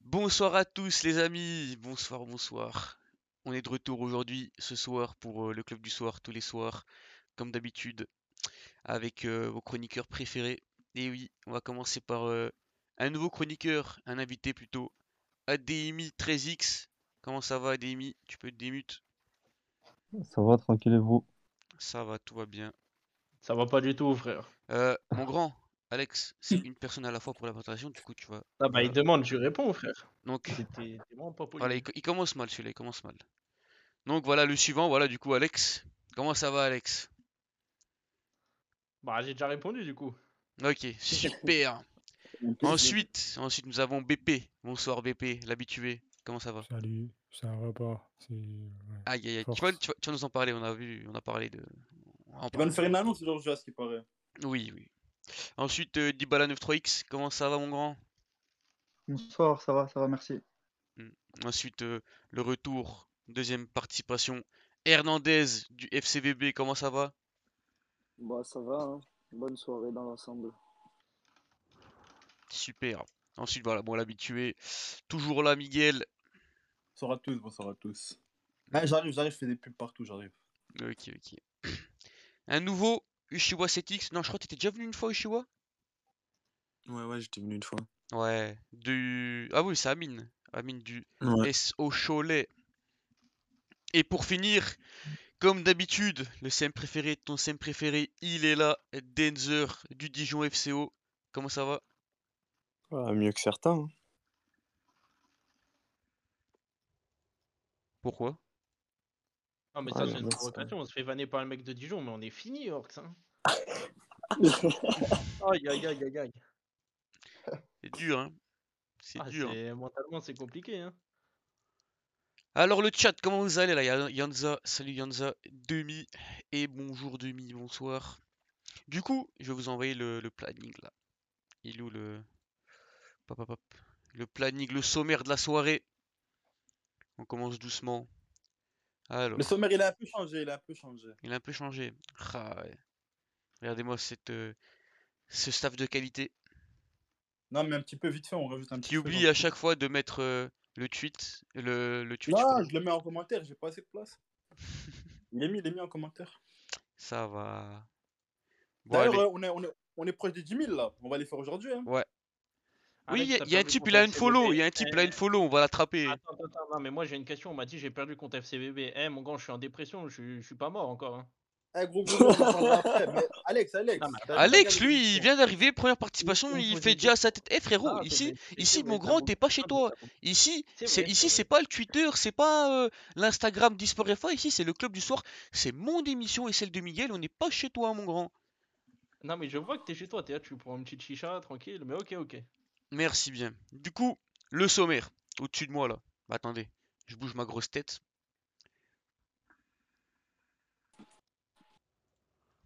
Bonsoir à tous les amis, bonsoir, bonsoir. On est de retour aujourd'hui, ce soir, pour euh, le club du soir, tous les soirs, comme d'habitude, avec euh, vos chroniqueurs préférés. Et oui, on va commencer par euh, un nouveau chroniqueur, un invité plutôt, ADMI 13X. Comment ça va ADMI Tu peux te démute Ça va, tranquille et vous? Ça va, tout va bien. Ça va pas du tout, frère. Euh, mon grand, Alex, c'est une personne à la fois pour la présentation, du coup tu vas. Ah bah, il demande, je réponds, frère. Donc, T'es- T'es t'es vraiment pas poli. Voilà, il, co- il commence mal celui-là, il commence mal. Donc voilà le suivant, voilà du coup Alex. Comment ça va Alex Bah, j'ai déjà répondu, du coup. Ok, super. ensuite, ensuite nous avons BP. Bonsoir BP, l'habitué. Comment ça va Salut, ça va pas. C'est ouais. Aïe aïe aïe. Tu vas, Force. tu vas- tu vas nous en parler, on a vu, on a parlé de. on en Il va parle. nous faire une annonce aujourd'hui, à ce qui paraît. Oui, oui. Ensuite, euh, Dybala 93X, comment ça va mon grand Bonsoir, ça va, ça va, merci. Ensuite, euh, le retour, deuxième participation. Hernandez du FCVB, comment ça va Bah ça va, hein. bonne soirée dans l'ensemble. Super. Ensuite, voilà, bon, l'habitué. Toujours là, Miguel. Bonsoir à tous, bonsoir à tous. Ah, j'arrive, j'arrive, je fais des pubs partout, j'arrive. Ok, ok. Un nouveau Uchiwa 7X. Non, je crois que t'étais déjà venu une fois, Uchiwa. Ouais, ouais, j'étais venu une fois. Ouais. Du... Ah oui, c'est Amine. Amine du Ouais. SO Cholet. Et pour finir, comme d'habitude, le CM préféré, ton CM préféré, il est là. Denzer du Dijon FCO. Comment ça va? Ah, mieux que certains. hein. Pourquoi? Non, mais Ah ça, Ouais, mais c'est une bah, bon, ça- provocation. On se fait vanner par le mec de Dijon, mais on est fini, Orcs. Hein. Ah, Ah, Aïe, aïe, aïe, aïe, aïe. C'est dur, hein? C'est Ah, dur. c'est- Mentalement, c'est compliqué. Hein. Alors le chat, comment vous allez là? Il y a Yanza, salut Yanza, demi et bonjour demi, bonsoir. Du coup, je vais vous envoyer le, le planning là. Il est où le... Pop, pop, pop. Le planning, le sommaire de la soirée. On commence doucement. Alors, Le sommaire, il a un peu changé, il a un peu changé. il a un peu changé. Ah ouais. Regardez-moi cette, euh, ce staff de qualité Non, mais un petit peu vite fait, on rajoute un petit qui peu. oublie à chaque fois de mettre euh, le tweet, le, le tweet. je Non, crois. je le mets en commentaire, j'ai pas assez de place. Il est mis, il est mis en commentaire. Ça va. Bon, allez. D'ailleurs, euh, on est, on, est, on est proche des 10 000 là, on va les faire aujourd'hui. Hein. Ouais. Oui, Alex, il y, t'as a- y a un perdu type, contre il a une FCBB. follow, il y a un type, il a Eh, une follow, on va l'attraper. Attends, attends, attends, non, mais moi j'ai une question. On m'a dit j'ai perdu contre FCBB. Eh, mon gars, je suis en dépression. Je, suis- je suis pas mort encore. hein. Eh, gros, gros, gros, on en parlera après. Mais Alex, Alex. Non, mais t'as- Alex, t'as- lui, il vient d'arriver, première participation, une il pause fait des déjà sa tête. Eh frérot, Ah, c'est ici, vrai, c'est ici, vrai, mon t'as grand, bon- t'es pas chez ah, toi. mais t'as bon- Ici, C'est c'est vrai, ici, c'est c'est pas le Twitter, c'est pas euh, l'Instagram d'Hisporia ici, c'est le club du soir, c'est mon émission et celle de Miguel, on n'est pas chez toi, mon grand. Non, mais je vois que t'es chez toi. T'es là, tu prends une petite chicha, tranquille. Mais ok, ok. Merci bien. Du coup, le sommaire, au-dessus de moi là. Bah, Attendez, je bouge ma grosse tête.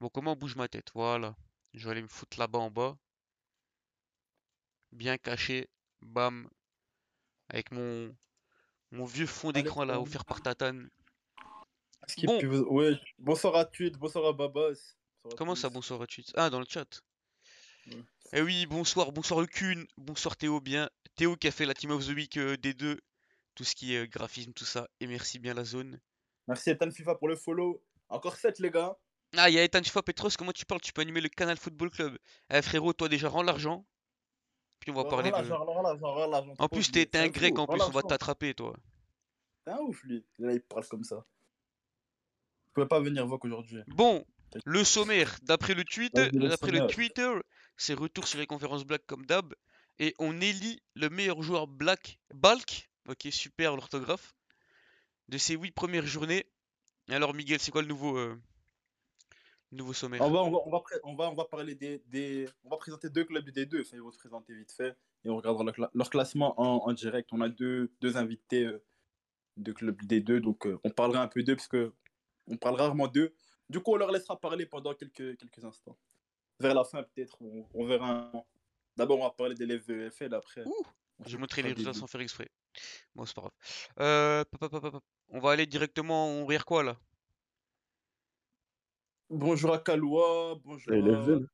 Bon, comment on bouge ma tête? Voilà. Je vais aller me foutre là-bas en bas. Bien caché. Bam. Avec mon, mon vieux fond Allez, d'écran là, on- offert par Tatane. Skip, Bon. tu veux- ouais. Bonsoir à Tweet, bonsoir à Babas. bonsoir à Comment ça, tous. bonsoir à Twitch? Ah, dans le chat. Ouais. Eh oui, bonsoir, bonsoir Ucune, bonsoir Théo, bien. Théo qui a fait la Team of the Week euh, des deux. Tout ce qui est euh, graphisme, tout ça. Et merci bien la zone. Merci Ethan FIFA pour le follow. Encore 7, les gars. Ah, il y a Ethan Chifa Petros, comment tu parles? Tu peux animer le Canal Football Club. Eh frérot, toi déjà, rends l'argent. Puis on va parler Oh, Voilà, de. genre, voilà, genre, voilà, genre, En plus, t'es t'es un c'est grec, fou, en plus, voilà, on va genre. t'attraper, toi. C'est un ouf, lui. Là, il parle comme ça. Je pouvais pas venir Vogue aujourd'hui. Bon, le sommaire, d'après le tweet, Vas-y, le d'après le sommaire. Twitter, c'est retour sur les conférences black comme d'hab. Et on élit le meilleur joueur black, Balk. Ok, super l'orthographe. De ces huit premières journées. Et alors, Miguel, c'est quoi le nouveau, euh, nouveau sommaire? Ah On va, on, va, on, va, pré- on, va, on va parler des, des. On va présenter deux clubs du D2. Enfin, ils vont se présenter vite fait. Et on regardera leur, cla- leur classement en, en direct. On a deux, deux invités euh, de clubs du D2. Donc, euh, on parlera un peu d'eux parce que on parle rarement d'eux. Du coup, on leur laissera parler pendant quelques, quelques instants. Vers la fin, peut-être. On, on verra. un- D'abord, on va parler des l'élève de FL. Après, Ouh, on Je s'écoutera montrer les des résultats deux. sans faire exprès. Bon, c'est pas grave. Euh, pop, pop, pop, pop, pop. On va aller directement, on rire quoi là? Bonjour à Kaloua, bonjour Et les à... jeunes.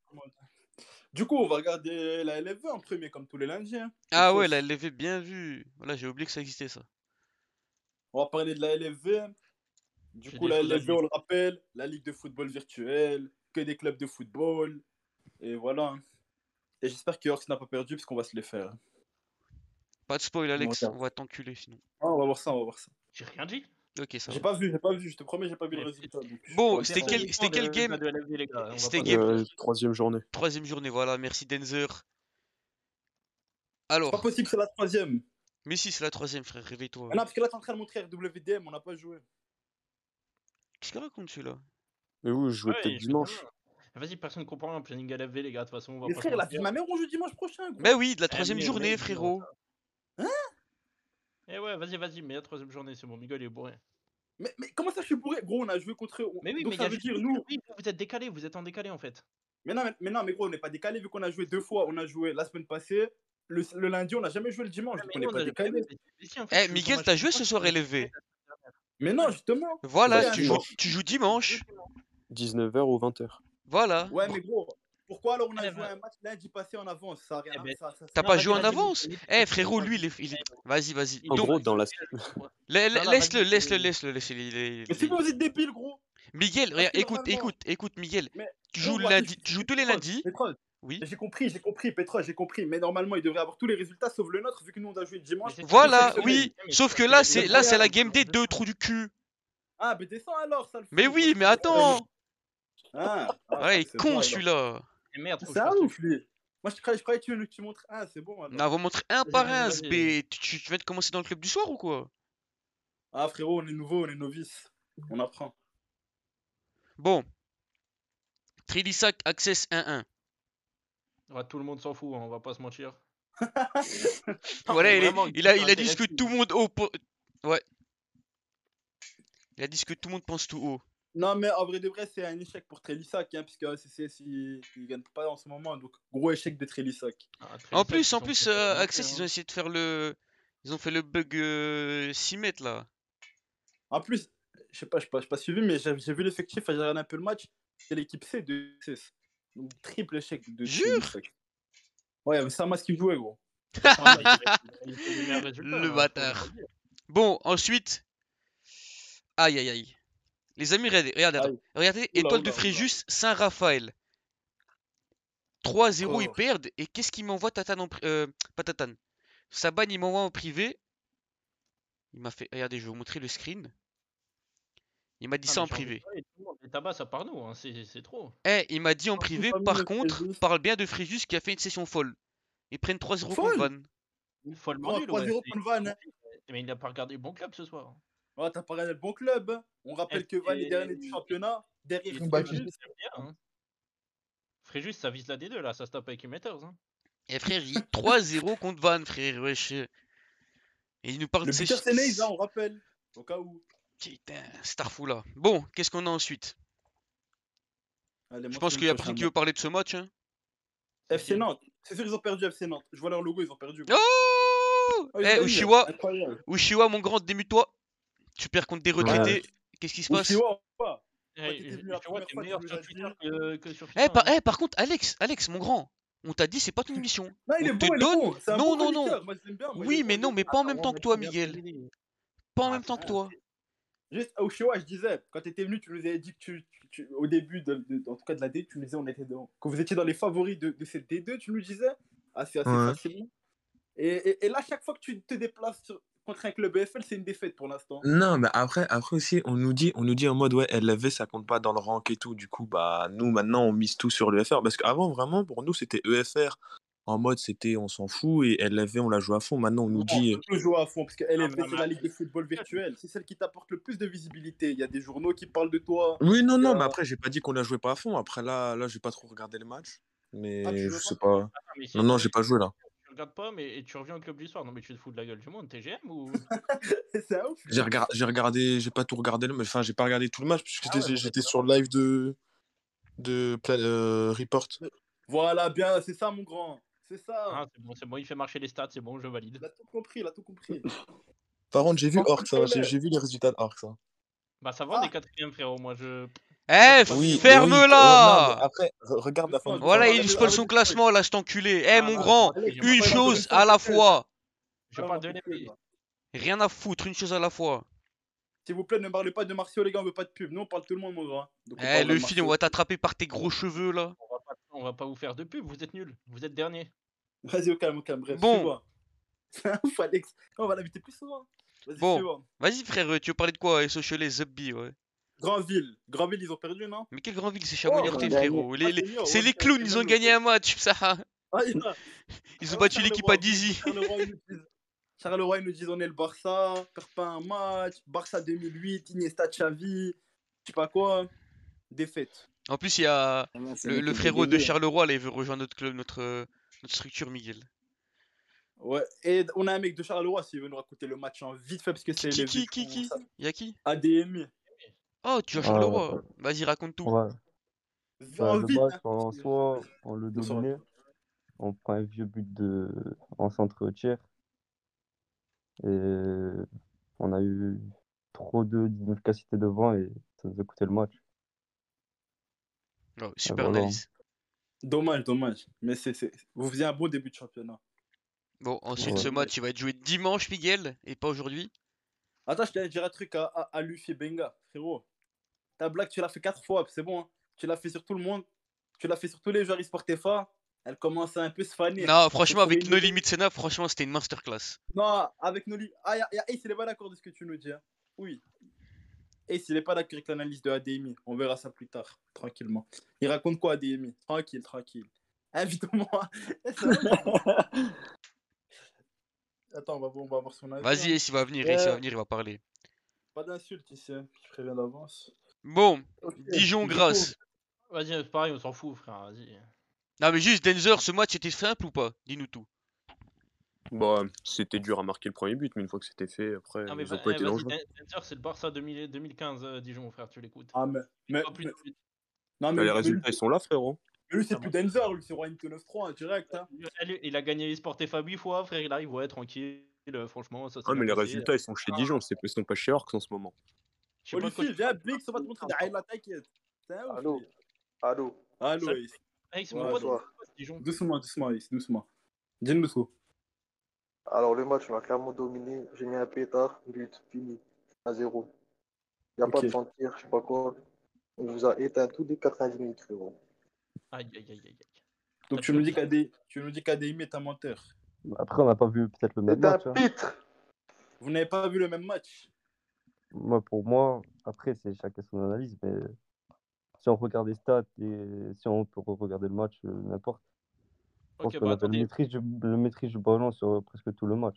Du coup, on va regarder la LFV en premier, comme tous les lundis. hein. Ah Une ouais, chose. la LV, bien vu. Voilà, j'ai oublié que ça existait ça. On va parler de la LFV. Du J'ai coup, des la choses à LFV, on le rappelle, la Ligue de football virtuelle, que des clubs de football. Et voilà. hein. Et j'espère que Yorks n'a pas perdu, parce qu'on va se les faire. Pas de spoil, Alex, regarde. on va t'enculer sinon. Ah, on va voir ça, on va voir ça. J'ai rien dit. Ok, ça J'ai va. pas vu, j'ai pas vu, je te promets, j'ai pas vu le Mais- résultat. donc je Bon, suis c'était pas sûr. quel- c'était quel game de LFV, les gars, on va C'était pas- quel- Euh, troisième journée. Troisième journée, voilà, merci Denzer. C'est pas Alors, possible, c'est la troisième. mais si, c'est la troisième, frère, réveille-toi. Ah non, parce que là, t'es en train de montrer RWDM, on n'a pas joué. Qu'est-ce qu'il raconte celui-là Mais où je jouais Ouais, peut-être je- dimanche. Vas-y, personne comprend rien, planning LFV, les gars, de toute façon, on va Mais pas frère, se la vie mentir. de ma mère, on joue dimanche prochain. gros. Mais oui, de la Ah, troisième mais- journée, mais- frérot. Eh ouais, vas-y, vas-y, mais la troisième journée, c'est bon, Miguel il est bourré. Mais, mais comment ça, je suis bourré Gros, on a joué contre eux. Mais oui, Donc mais ça il y a veut juste- dire, nous. Oui, vous êtes décalé, vous êtes en décalé en fait. Mais non, mais, mais non, mais gros, on n'est pas décalé vu qu'on a joué deux fois. On a joué la semaine passée, le, le lundi, on n'a jamais joué le dimanche. Ah, donc mais on n'est non, on pas a- décalé. mais- mais si, en fait, Eh, tu joues Miguel, ton t'as match joué ce dimanche, soir tu joues LFV. Mais non, justement. Voilà, Bah, tu joues, dimanche. tu joues dimanche. 19h ou 20h. Voilà. Ouais, mais gros, pourquoi alors on Eh a ben- joué un match lundi passé en avance Ça a rien Eh à- ben- ça- ça- ça- T'as Non, pas vas-y, joué en vas-y, avance Miguel, Eh, il- frérot, lui, il est. il est- Vas-y, vas-y. il- En Donc, gros, dans la- la- la- Non, laisse-le, non, vas-y, laisse-le, c'est- laisse-le, laisse-le. il est- il est- Mais c'est quoi, vous êtes débiles, gros Miguel, regarde, que écoute, normalement- écoute, écoute, Miguel. Mais- Tu joues le Gros, attends, lundi, je- tu joues tous les Pétrole, lundis. Pétrole, Oui. J'ai compris, j'ai compris, Pétrole, j'ai compris. Mais normalement, il devrait avoir tous les résultats sauf le nôtre vu que nous on a joué dimanche. Mais c'est- Voilà, c'est- c'est- oui. c'est- Sauf c'est- que c'est- là, c'est- c'est c'est- là, c'est- c'est la c'est- game des c'est- deux trous du cul. Ah, mais descends alors, sale Mais fou. oui, mais attends. Ah, ah, Ouais, il est c'est con bon, alors. celui-là. Eh, Ah, merde, faut que C'est je un fasse le- ouf, lui. Moi, je croyais, je croyais que tu, tu montres. Ah, c'est bon, alors. Non, Bah, on va montrer un Vas-y, par vas-y, un, vas-y. SB. Tu, tu- tu viens de commencer dans le club du soir ou quoi Ah, frérot, on est nouveau, on est novice. On apprend. Bon. Trélissac Access 1-1. Ouais, Tout le monde s'en fout, hein, on va pas se mentir. Voilà, mais il, est- vraiment, il a, il il a dit ce que intéresse-lui. tout le monde haut. po- Ouais. Il a dit ce que tout le monde pense tout haut. Non, mais en vrai de vrai, c'est un échec pour Trélissac, hein, parce que CCS, il, il gagne pas en ce moment. Donc, gros échec de Trélissac. Ah, très En bien, plus, ils en sont plus, très euh, bien Access, montés, ils ont hein. essayé de faire le. Ils ont fait le bug euh, 6 mètres là. En plus, je sais pas, je sais pas, j'ai pas suivi, mais j'ai j'ai vu l'effectif, j'ai regardé un peu le match. C'est l'équipe C de CCS. Donc, triple échec de Jure Trélissac. Ouais, mais c'est un masque qui jouait, gros. Ah, bah, ils- ils ont les meilleurs résultats, Le hein, bâtard. faut le dire. Bon, ensuite. Aïe aïe aïe. Les amis, regardez, regardez, attends. Aïe. regardez Oula, étoile de oula, oula. Fréjus, Saint-Raphaël. 3-0, ils Oh. perdent. Et qu'est-ce qu'il m'envoie Tatane en pri- euh, pas Tatane. Saban, il m'envoie en privé. Il m'a fait. Regardez, je vais vous montrer le screen. Il m'a dit Ah, ça mais en j'ai envie de privé. parler, tout le monde. Les tabacs, ça part nous, hein, c'est c'est trop. Eh, il m'a dit en Surtout privé, pas mis par le contre, Fréjus. parle bien de Fréjus qui a fait une session folle. Ils prennent 3-0 contre Folle Van. Follement Gros, nul, 3-0 ouais, pour le Van, hein. c'est- Mais il n'a pas regardé le bon club ce soir. Ouais, Oh, t'as pas regardé le bon club. hein. On Eh, rappelle que Van est dernier du championnat. Derrière, Et Bah, Fréjus. Fréjus, c'est bien, hein. Fréjus, ça vise la D2 là, ça se tape avec les Matters. Hein. Eh frère, il 3-0 contre Van, frère, wesh. Et il nous parle Le de buteur, ses- c'est Neyz, hein, on rappelle. Au cas où. Putain, Starfou là. Bon, qu'est-ce qu'on a ensuite Allez, Je montre pense le qu'il y a prochain personne qui match. veut parler de ce match. hein. hein. FC Nantes. Eh, C'est sûr, ils ont perdu FC Nantes. Je vois leur logo, ils ont perdu. gros. Oh Ah, ils ont Eh, gagné. Ushiwa, Incroyable. Ushiwa, mon grand, démute-toi. Tu perds contre des retraités. Qu'est-ce qui se passe Ushiwa, ou pas Hey, t'étais je- venu la tu vois, première t'es fois, tu meilleur nous sur l'as Twitter dit. que, que sur Eh, FIFA, par, hein. eh, par contre, Alex, Alex, mon grand, on t'a dit c'est pas ton émission. Non, il On est te bon, il est Oh, donne- bon. C'est un Non, non, bon non. chroniqueur. Moi, je l'aime bien. Oui, moi, je- mais moi, non, je- mais pas en Attends, même on temps va que toi, dire Miguel. Pellegrini. Pas en Ah, même temps que toi. Juste à Ushiwa, je disais, quand t'étais venu, tu nous avais dit que tu, tu- tu- au début, de, de- en tout cas de la D, tu nous disais, on était dans, quand vous étiez dans les favoris de, de cette D2, tu nous disais, Ah, assez, assez Ouais. facilement. Et, et- et là, chaque fois que tu te déplaces sur- contre un club EFL, c'est une défaite pour l'instant. Non, mais après, après aussi, on nous dit, on nous dit en mode, ouais, LFV, ça compte pas dans le rank et tout. Du coup, bah, nous, maintenant, on mise tout sur l'EFR. Parce qu'avant, vraiment, pour nous, c'était EFR. En mode, c'était, on s'en fout. Et LFV, on la joue à fond. Maintenant, on nous dit. On euh, peut jouer à fond, parce que LFV, non, Ah, c'est mais- la ligue de football virtuelle. C'est celle qui t'apporte le plus de visibilité. Il y a des journaux qui parlent de toi. Oui, non, non, Euh, mais après, j'ai pas dit qu'on la jouait pas à fond. Après, là, là j'ai pas trop regardé le match. Mais Ah, tu je joues sais pas. Attends, mais c'est- Non, non, j'ai pas joué là. Tu regardes pas, mais et tu reviens au club du soir. Non, mais tu te fous de la gueule du monde, TGM ou. c'est un ouf. J'ai regardé, j'ai regardé, j'ai pas tout regardé le match. Enfin, j'ai pas regardé tout le match parce que Ah j'étais- ouais, j'étais sur le live de. de. Pla- euh, Report. Voilà, bien, c'est ça, mon grand. C'est ça. Ah, c'est bon, c'est bon, il fait marcher les stats, c'est Eh, bon, je valide. Il a tout compris, il a tout compris. Par contre, j'ai vu Franchement, Orcs, hein, je l'ai. j'ai j'ai vu les résultats de Orcs. hein. Bah, ça va, on Ah. est quatrième, frérot. Moi, je. Eh, bah Oui, oui, ferme-la oh, non, mais Après, re- regarde la fin du Voilà, tournoi. il spoil son classement, là, cet enculé. Eh, Ah, mon bah, grand, Alex, une moi, je parle de chose l'effet à la actuel. fois. Je parle de l'effet. Rien à foutre, une chose à la fois. S'il vous plaît, ne parlez pas de Martial, les gars, on veut pas de pub. Nous, on parle tout le monde, mon grand. Donc, Eh, on parle le de fil, on va Martial. t'attraper par tes gros cheveux, là. On va pas- on va pas vous faire de pub, vous êtes nuls, vous êtes dernier. Vas-y, au calme, au calme, bref. Bon. suis-moi. Ouf, Alex. On va l'inviter plus souvent. Vas-y, Bon. suis-moi. Vas-y, frère, tu veux parler de quoi Sochelet, Zubby, ouais. Grandville. Grandville, ils ont perdu, non Mais quelle grande ville, Oh, c'est Chamonix-Orthé, on a gagné. frérot. Les- Ah, les- c'est mieux, C'est ouais, les clowns, ils ont même gagné le- un match, ça. Ah, il y Ils en a. ont Ah ouais, battu Charleroi, l'équipe à Dizzy. Charleroi, ils nous disent- Charleroi, ils nous disent on est le Barça, perd pas un match, Barça 2008, Iniesta Xavi, je sais pas quoi, défaite. En plus, il y a le, le frérot hein. hein. de Charles. Charleroi, là, il veut rejoindre notre club, notre, euh, notre structure, Miguel. Ouais, et on a un mec de Charleroi s'il veut nous raconter le match en vite fait parce que c'est Qui, les qui, vues qui, qu'on- qui ça- Y'a qui ADMI. Oh, tu as Ah, Charleroi. Vas-y, raconte tout. Ouais. Viens Bah, le vite. match, hein, en parce que- soi, on le on s'en va. dominait. On prend un vieux but de... en centre tiers. Et on a eu trop de d'efficacité devant et ça nous a coûté le match. Ah, Oh, super voilà. analyse. Dommage, dommage. Mais c'est, c'est- vous faisiez un bon début de championnat. Bon, ensuite, Ouais. ce match, il va être joué dimanche, Miguel, et pas aujourd'hui. Attends, je t'allais dire un truc à, à, à Luffy Benga, frérot. Ta blague, tu l'as fait quatre fois, c'est bon. hein. Tu l'as fait sur tout le monde. Tu l'as fait sur tous les joueurs e fort. Elle commence à un peu se faner. Non, franchement, trouve avec une No idée. Limit Senna, franchement, c'était une masterclass. Non, avec nous. Ah, y a, y a Ace, il est pas d'accord de ce que tu nous dis. hein. Oui. Ace, il est pas d'accord avec l'analyse de ADMI. On verra ça plus tard, tranquillement. Il raconte quoi, ADMI Tranquille, tranquille. Invite-moi. Attends, on va, on va voir son avis. Vas-y, hein. Ace, il va venir, Ace, il va venir, il va parler. Pas d'insultes ici, hein. je préviens d'avance. Bon, Ok, Dijon, du coup, Grasse. Vas-y, c'est pareil, on s'en fout, frère, vas-y. Euh, Non, mais juste, Denzer, ce match était simple ou pas Dis-nous tout. Bah, c'était dur à marquer le premier but, mais une fois que c'était fait, après, Non, mais ils ont va- pas eh, été vas-y, dangereux. Dan- Dancer, c'est le Barça 2000 2015, euh, Dijon, frère, tu l'écoutes. Ah, mais, mais, Pas plus de but. non, mais, Bah, les mais lui, résultats, ils sont là, hein. frérot. mais lui, c'est plus Denzer, lui, c'est Royaume 9-3 en direct. Hein. Allez, Il a gagné les sports FA 8 fois, frère, il arrive, ouais, tranquille, euh, franchement, ça c'est. Ah, mais les résultats, ils sont chez Dijon, c'est- ils sont pas chez Orcs en ce moment. Je sais pas de quoi Olivier, tu viens, Blix, on va te montrer des highlights, t'inquiète. C'est un ouf. Allô Allô Allô, Salut. Ace. Hey, Eh, c'est Ouais, mon pote, je vois. Dijon. Doucement, doucement, Ace, doucement. Dis-nous tout. Alors, le match, on a clairement dominé. J'ai mis un pétard, but, fini. 1-0. Il n'y a pas Ok. de temps de tir, je sais pas quoi. On vous a éteint tous les 90 minutes, frérot. Aïe, aïe, aïe, aïe. aïe. Donc tu nous dis qu'AD, tu nous dis qu'ADM est un menteur. Après, on n'a pas vu peut-être le même C'est un match. hein. pitre Vous n'avez pas vu le même match. Moi, pour moi, après, c'est chacun son analyse, mais euh, si on regarde les stats et si on peut regarder le match, euh, n'importe, je pense Ok, qu'on bah avait le attendez, maîtrise, du, le maîtrise du ballon sur presque tout le match.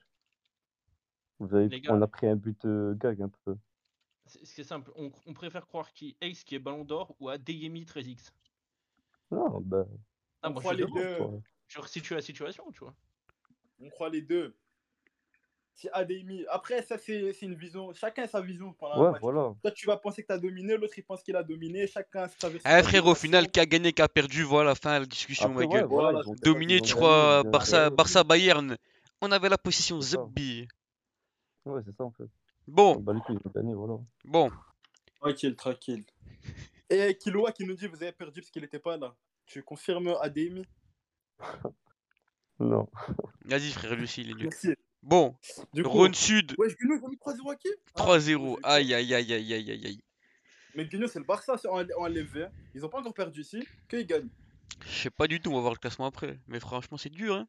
Vous avez- Les gars. on a pris un but euh, gag un peu. c'est c'est simple, on, on préfère croire qui Ace qui est Ballon d'Or ou à Deyemi 13X. Non, ben, Ah, On moi, croit je, les demande, deux. quoi. je resitue la situation, tu vois. On croit les deux. Si ADM. Après, ça, c'est c'est une vision. Chacun a sa vision pendant ouais, un match. voilà. Toi, tu vas penser que tu as dominé, l'autre, il pense qu'il a dominé. Chacun a sa version. Eh, frère, au final, qui a gagné, qui a perdu, voilà, fin, la discussion, Après, ma ouais, gueule. voilà, Voilà, ils ont- Dominé, ils ont tu gagné, crois, ils ont Barça, gagné. Barça Bayern. On avait la position C'est ça. Zubby. Ouais, c'est ça en fait. Oh. Bon, Bah, les couilles, ils ont gagné, voilà. bon. Tranquille, tranquille. Et Kiloa qui nous dit vous avez perdu parce qu'il n'était pas là. Tu confirmes ADM Non. Vas-y, frère, lui aussi, il est nul. Merci. Bon, Du coup, Rhône Sud, Wesh, Guignou, ils ont mis 3-0 à qui Ah, 3-0. je- Aïe, aïe, aïe, aïe, aïe, aïe, aïe. Mais Guignou, c'est le Barça c'est en, en LV. Ils n'ont pas encore perdu ici. Que ils gagnent. Je sais pas du tout, on va voir le classement après. Mais franchement, c'est dur, hein.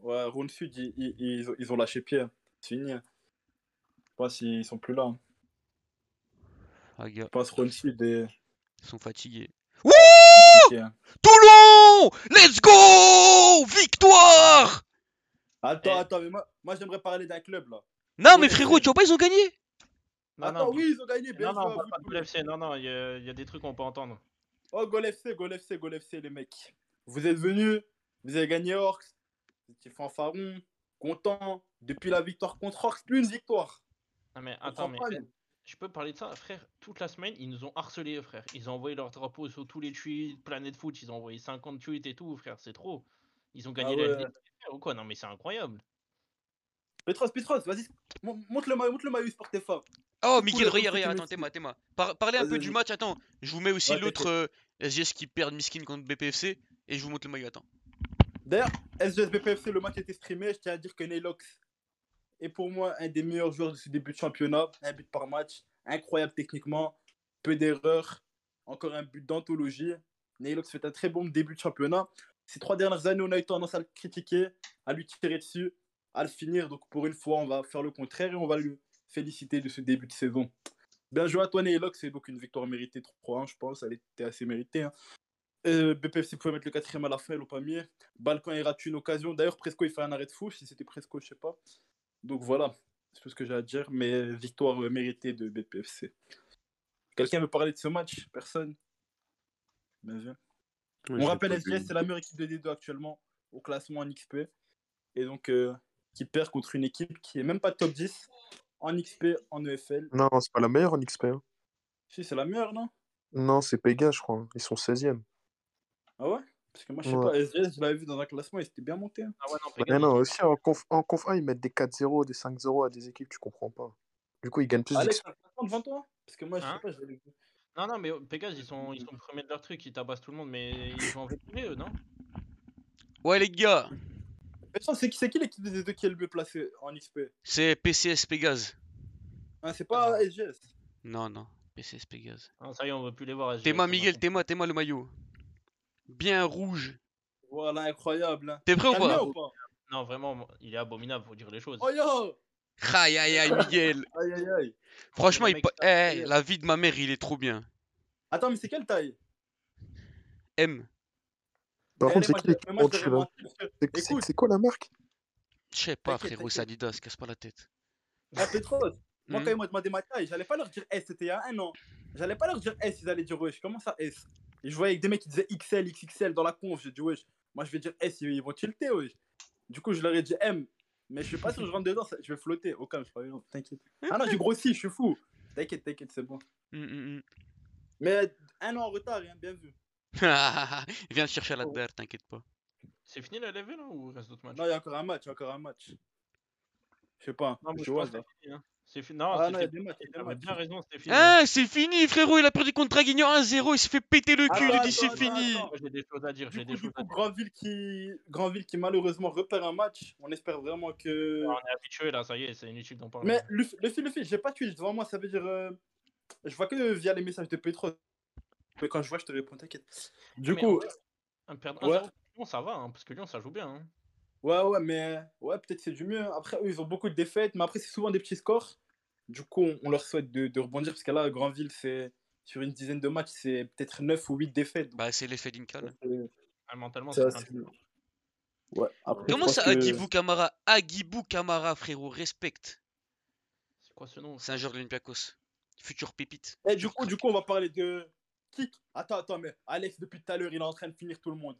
Ouais, Rune Sud, ils, ils- ils ont- ils ont lâché pied. C'est fini. hein. Je pense qu'ils sont plus là. hein. Ah, gars, Je pense Rune Sud est ils sont fatigués. compliqué, hein. Toulon! Let's go! Victoire! Attends, Eh. attends, mais moi, moi j'aimerais parler d'un club là. Non, mais Ouais, frérot, ouais. tu vois pas, ils ont gagné! Non, attends, non, oui, ils ont gagné. Bien non, non, joué. on à parle vous, pas de Toulon. Goal FC, non, non, il y, a- il y a des trucs qu'on peut entendre. Oh, Gol FC, Gol FC, Gol FC, les mecs. Vous êtes venus, vous avez gagné Orcs. Vous étiez fanfaron, content. Depuis la victoire contre Orcs, une victoire. Non, mais On attends, mais comprend pas, eh, nous. je peux parler de ça, frère. Toute la semaine, ils nous ont harcelés, frère. Ils ont envoyé leurs drapeaux sur tous les tweets, Planète Foot, ils ont envoyé 50 tweets et tout, frère, c'est trop. Ils ont gagné la Ah ouais. Ligue des Champions ou quoi Non, mais c'est incroyable. Petros, Petros, vas-y. mon- Monte le maillot, monte le maillot, sport Oh, Du coup, Miguel, la regarde, Constitution regarde, attends, aussi. Théma, Théma. Par- parlez un Vas-y, peu du vas-y. match, attends. Je vous mets aussi Ouais, l'autre euh, SGS qui perd Miskin contre BPFC et je vous montre le maillot, attends. D'ailleurs, SGSBPFC, le match était streamé. Je tiens à dire que Neylox est pour moi un des meilleurs joueurs de ce début de championnat. Un but par match, incroyable techniquement, peu d'erreurs, encore un but d'anthologie. Neylox fait un très bon début de championnat. Ces trois dernières années, on a eu tendance à le critiquer, à lui tirer dessus, à le finir. Donc pour une fois, on va faire le contraire et on va le féliciter de ce début de saison. Bien joué à toi, Neylox. C'est donc une victoire méritée 3-1, je pense. Elle était assez méritée. hein. Euh, BPFC pouvait mettre le quatrième à la fin, ils l'ont pas mis. Balkan il rate une occasion. D'ailleurs, Presco il fait un arrêt de fou. Si c'était Presco, je sais pas. Donc voilà, c'est tout ce que j'ai à dire. Mais victoire euh, méritée de BPFC. Quelqu'un veut parler de ce match Personne Bien vu. On rappelle SGS, c'est la meilleure équipe de D2 actuellement au classement en XP. Et donc, euh, qui perd contre une équipe qui est même pas top 10 en XP en EFL. Non, c'est pas la meilleure en XP. hein. Si, c'est la meilleure, non Non, c'est Pega, je crois. Ils sont 16e. Ah ouais Parce que moi, je sais Ouais. pas, SGS, je l'avais vu dans un classement, il s'était bien monté. hein. Ah ouais, non, Mais Pégase, non, aussi en conf, en conf 1, ils mettent des 4-0, des 5-0 à des équipes, tu comprends pas. Du coup, ils gagnent plus Alex, d'XP. t'as un classement devant toi Parce que moi, je Hein sais pas, j'avais vu. Non, non, mais Pégase, ils sont, ils sont premiers de leur truc, ils tabassent tout le monde, mais ils jouent en VTV, eux, non Ouais, les gars, Mais attends, c'est qui, c'est qui l'équipe des deux qui est le mieux placée en XP c'est PCS Pégase. Hein, C'est pas SGS. Non, non, PCS Pégase. Ah, Ça y est, on veut plus les voir. SGS, Théma, on a Miguel, compris. Théma, Théma, le maillot. Bien rouge. Voilà, incroyable. Hein. T'es prêt ou T'as pas mis ou pas Non, vraiment, moi, il est abominable, faut dire les choses. Oh yo Aïe, aïe, aïe, Miguel. Aïe aïe aïe. Franchement, le il mec, pa- il a- eh, la vie de ma mère, il est trop bien. Attends, mais c'est quelle taille M. Par Eh, contre, c'est moi, qui je- l'équipe moi, en je dessous devrais là mentir. C'est- Écoute. C'est c'est quoi la marque Je sais pas, T'inquiète, frérot, c'est Adidas, casse pas la tête. Ah, Petros, moi, Hmm. quand ils m'ont demandé ma taille, j'allais pas leur dire S, c'était il y a un an. J'allais pas leur dire S, ils allaient dire wesh. Comment ça S Et je voyais avec des mecs qui disaient XL, XXL dans la conf, j'ai dit wesh. Moi, je vais dire S, ils vont tilter, wesh. Du coup, je leur ai dit M. Mais je suis pas sûr que je rentre dedans, ça- je vais flotter. Au calme, je suis pas violent, t'inquiète. Ah non, j'ai grossi, je suis fou. T'inquiète, t'inquiète, c'est bon. Hmm, mm, hmm, hmm. Mais un an en retard, hein, bien vu. Viens le chercher à la Oh. terre, t'inquiète pas. C'est fini la level là, hein, ou il reste d'autres matchs Non, il y a encore un match, il y a encore un match. Je sais pas, Non, moi, je je vois pense que ça. c'est fini. hein. C'est fini. Non, Ah c'est non, il y a fini. des matchs, il y a des T'avais matchs. bien raison, c'était fini. Ah, c'est fini, frérot, il a perdu contre Avignon 1-0, il se fait péter le cul, Attends, il dit c'est Ah attends, attends, fini. attends. Moi, J'ai des choses à dire, Du j'ai coup, des du choses à coup dire. Granville, qui... Granville qui malheureusement repère un match, on espère vraiment que. On est habitué là, ça y est, c'est inutile d'en parler. Mais le, le fil, le fil, j'ai pas Twitch devant moi, ça veut dire. euh, Je vois que via les messages de Petro. Mais quand je vois, je te réponds, t'inquiète. Du Mais coup, Un Perdre Ouais. 1-0 contre Lyon, ça va, hein, parce que Lyon, ça joue bien. hein. ouais, ouais, mais. Ouais, peut-être c'est du mieux. hein. Après, eux, ils ont beaucoup de défaites, mais après, c'est souvent des petits scores. Du coup, on, on leur souhaite de, de rebondir, parce que là, Granville, c'est. Sur une dizaine de matchs, c'est peut-être 9 ou 8 défaites. donc Bah, c'est l'effet Lincoln. c'est- Ah, Mentalement, c'est c'est assez- Ouais, après, je Comment pense ça, euh, que- Agibou Camara Agibou Camara, frérot, respecte. C'est quoi ce nom C'est un joueur de l'Olympiakos. Futur pépite. Et Eh, du coup, du coup, on va parler de kick. Attends, attends, mais Alex, depuis tout à l'heure, il est en train de finir tout le monde.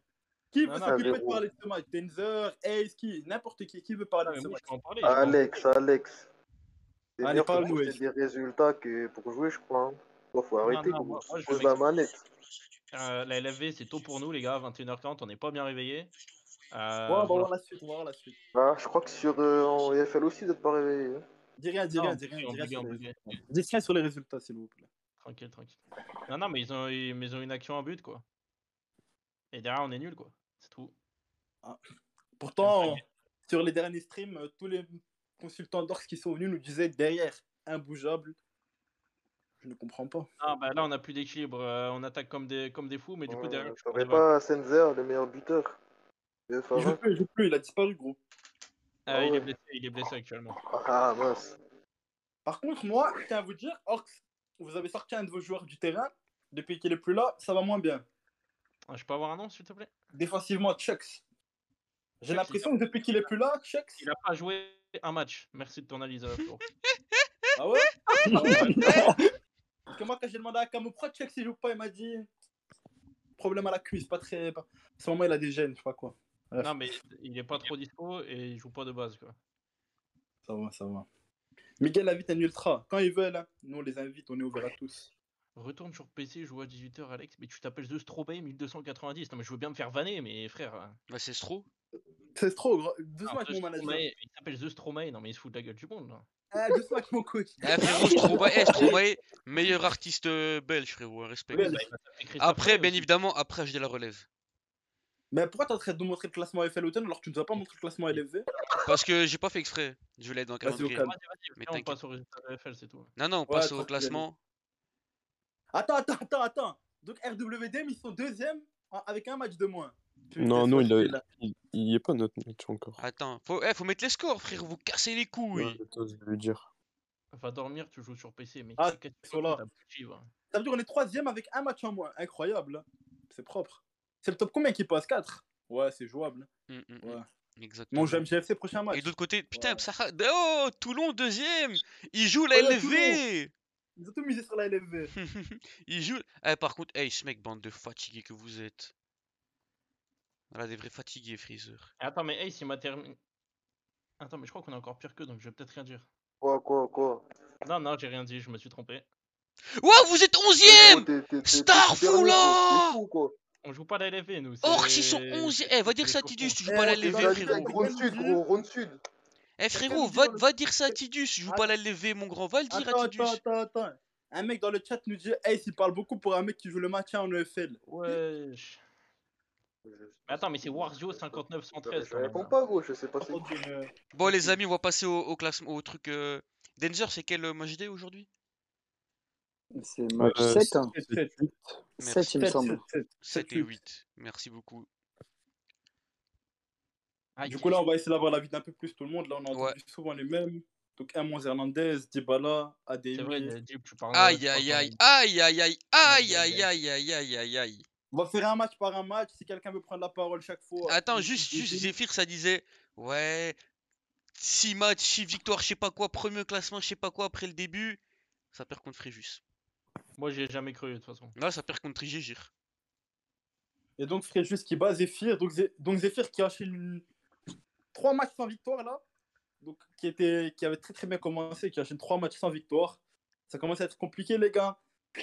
Qui veut Non, non, s'occuper de zéro. parler de ce match Denzer, Ace, qui N'importe qui, qui veut parler Ah, de mais ce moi, match je peux en parler. Alex, Alex. C'est Allez, mieux pour parle-nous, poster Ace. des résultats que pour jouer, je crois. hein. Toi, faut arrêter. non, faut moi- moi, je pose vais la mettre- manette. Euh, la LFV, c'est tôt pour nous, les gars. 21h40, on n'est pas bien réveillés. Euh, Ouais, on va voilà. voir la suite, on va voir la suite. Ah, je crois que sur euh, en EFL aussi, vous n'êtes pas réveillé. hein. Dis rien, dis Non, rien, on dis rien, buguait, on dis rien buguait, sur on les buguait. résultats. Dis rien sur les résultats, s'il vous plaît. Tranquille, tranquille. Non, non, mais ils ont, ils- mais ils ont une action en but, quoi. Et derrière, on est nul, quoi. C'est tout. Pourtant, sur les derniers streams, euh, tous les consultants d'Orx qui sont venus nous disaient derrière, imbougeable. Je ne comprends pas. Ah, bah, là, on n'a plus d'équilibre. euh, on attaque comme des, comme des fous, mais du coup, Ouais, derrière. je T'aurais comprends pas Senzer, le meilleur buteur hein. Il de joue Favre plus, il joue plus, il a disparu, gros. pas. Euh, il, est blessé, il est blessé actuellement. Ah mince. Par contre, moi, je tiens à vous dire, Orx, vous avez sorti un de vos joueurs du terrain. Depuis qu'il est plus là, ça va moins bien. Ah, je peux avoir un nom, s'il te plaît Défensivement, Chucks. J'ai Chucks, l'impression que depuis qu'il est plus là, Chucks. Il a pas joué un match. Merci de ton analyse, euh, Flo. Ah ouais Ah ouais. Parce que moi, quand j'ai demandé à Camo, pourquoi Chucks il joue pas, il m'a dit problème à la cuisse, pas très. pas- À ce moment, il a des gènes, je sais pas quoi. Bref. Non, mais il est pas trop dispo et il joue pas de base, quoi. Ça va, ça va. Miguel invite un ultra. Quand ils veulent, hein. nous on les invite, on est ouvert à tous. Retourne sur PC, joue à 18h, Alex. Mais tu t'appelles The Strawberry 1290. Non, mais je veux bien me faire vanner, mais frère. hein. Bah, c'est trop. C'est trop gros. Doucement Alors, avec The mon manager. Stromae, Il s'appelle The Stromae. Non, mais il se fout de la gueule du monde. hein. là. Ah, deux smacks, mon coach. Eh frérot, Stromae, eh, Stromae, meilleur artiste euh, belge, frérot, hein, respect. Belge. Après, Ben bien évidemment, après, je dis la relève. Mais pourquoi t'es en train de nous montrer le classement FL Houghton alors que tu nous as pas montré le classement LFV Parce que j'ai pas fait exprès. Je l'ai dans le Vas-y, au calendrier. calme. Mais on t'inquiète. passe au résultat de l'AFL, c'est tout. Non, non, on Ouais, passe au tranquille. classement. Attends, attends, attends, attends. Donc RWDM, ils sont deuxième en- avec un match de moins. Tu- Non, t'es non, il sûr a- qu'il l'a. il il y est pas notre match encore. Attends, faut, eh, faut mettre les scores, frère, vous cassez les couilles. Ouais, attends, je vais lui dire. hein. Va dormir, tu joues sur PC, mais Ah, c'est qu'est-ce que ils sont là. t'as bouffé, va. Ça veut dire qu'on est troisième avec un match en moins. Incroyable. hein. C'est propre. C'est le top combien qui passe 4 Ouais, c'est jouable. Mm, mm, mm, Ouais. Exactement. Mon GMGFC, prochain match. Et d'autre côté, putain, Ouais. Psara- Oh, Toulon deuxième Il joue la Oh là, LV Ils ont tout misé sur la LFV. Il joue. Eh, par contre, hey, ce mec, bande de fatigués que vous êtes. Voilà, des vrais fatigués, Freezer. Attends, mais Ace, il m'a terminé. Attends, mais je crois qu'on est encore pire que donc je vais peut-être rien dire. Quoi, quoi, quoi Non, non, j'ai rien dit, je me suis trompé. Wow, vous êtes onzième T'es- t'es- t'es- t'es Starfou, dernier, là quoi. T'es fou, quoi. On joue pas la LFV, nous. Or, c'est- ils sont onzième Eh, va dire c'est ça à court. Tidus, tu joues Eh, pas la c'est LV, dans la T'es avec frérot. Ron Sud, gros, Ron Sud. Eh, frérot, dit va, dans le- va dire ça à Tidus, tu joues pas la LV, mon grand. Va le dire Attends, à Tidus. attends, attends, attends. Un mec dans le chat nous dit Hey, il parle beaucoup pour un mec qui joue le maintien en E EFL. Wesh. Mais attends, mais c'est Warzio 5913. Je réponds pas, gros, je sais pas c'est qui. euh, Bon, les amis, on va passer au, au classement, au truc. euh, Denzer, c'est quel euh, match day aujourd'hui C'est match Euh, 7, hein. C'est- c'est- 7 il me c'est- semble. c'est- c'est- 7 sept, et huit. 8. Merci beaucoup. Ah, Du coup, là, on va essayer d'avoir la vie d'un peu plus tout le monde. Là, on a entendu souvent les mêmes. Donc, Amos Hernandez, Dybala, C'est vrai, ADM. Dib, tu parles. Aïe aïe aïe aïe aïe aïe aïe aïe aïe, aïe aïe aïe aïe aïe. On va faire un match par un match. Si quelqu'un veut prendre la parole chaque fois. Attends, il- juste, il- juste il- Zephyr, ça disait ouais, 6 matchs, 6 victoires, je sais pas quoi, premier classement, je sais pas quoi après le début. Ça perd contre Fréjus. Moi, j'ai jamais cru, de toute façon. Là, ça perd contre Trigégir. Et donc, Fréjus qui bat Zephyr. Donc, Zé- donc Zephyr qui enchaîne 3 matchs sans victoire, là. Donc, qui, était... qui avait très très bien commencé, qui enchaîne 3 matchs sans victoire. Ça commence à être compliqué, les gars.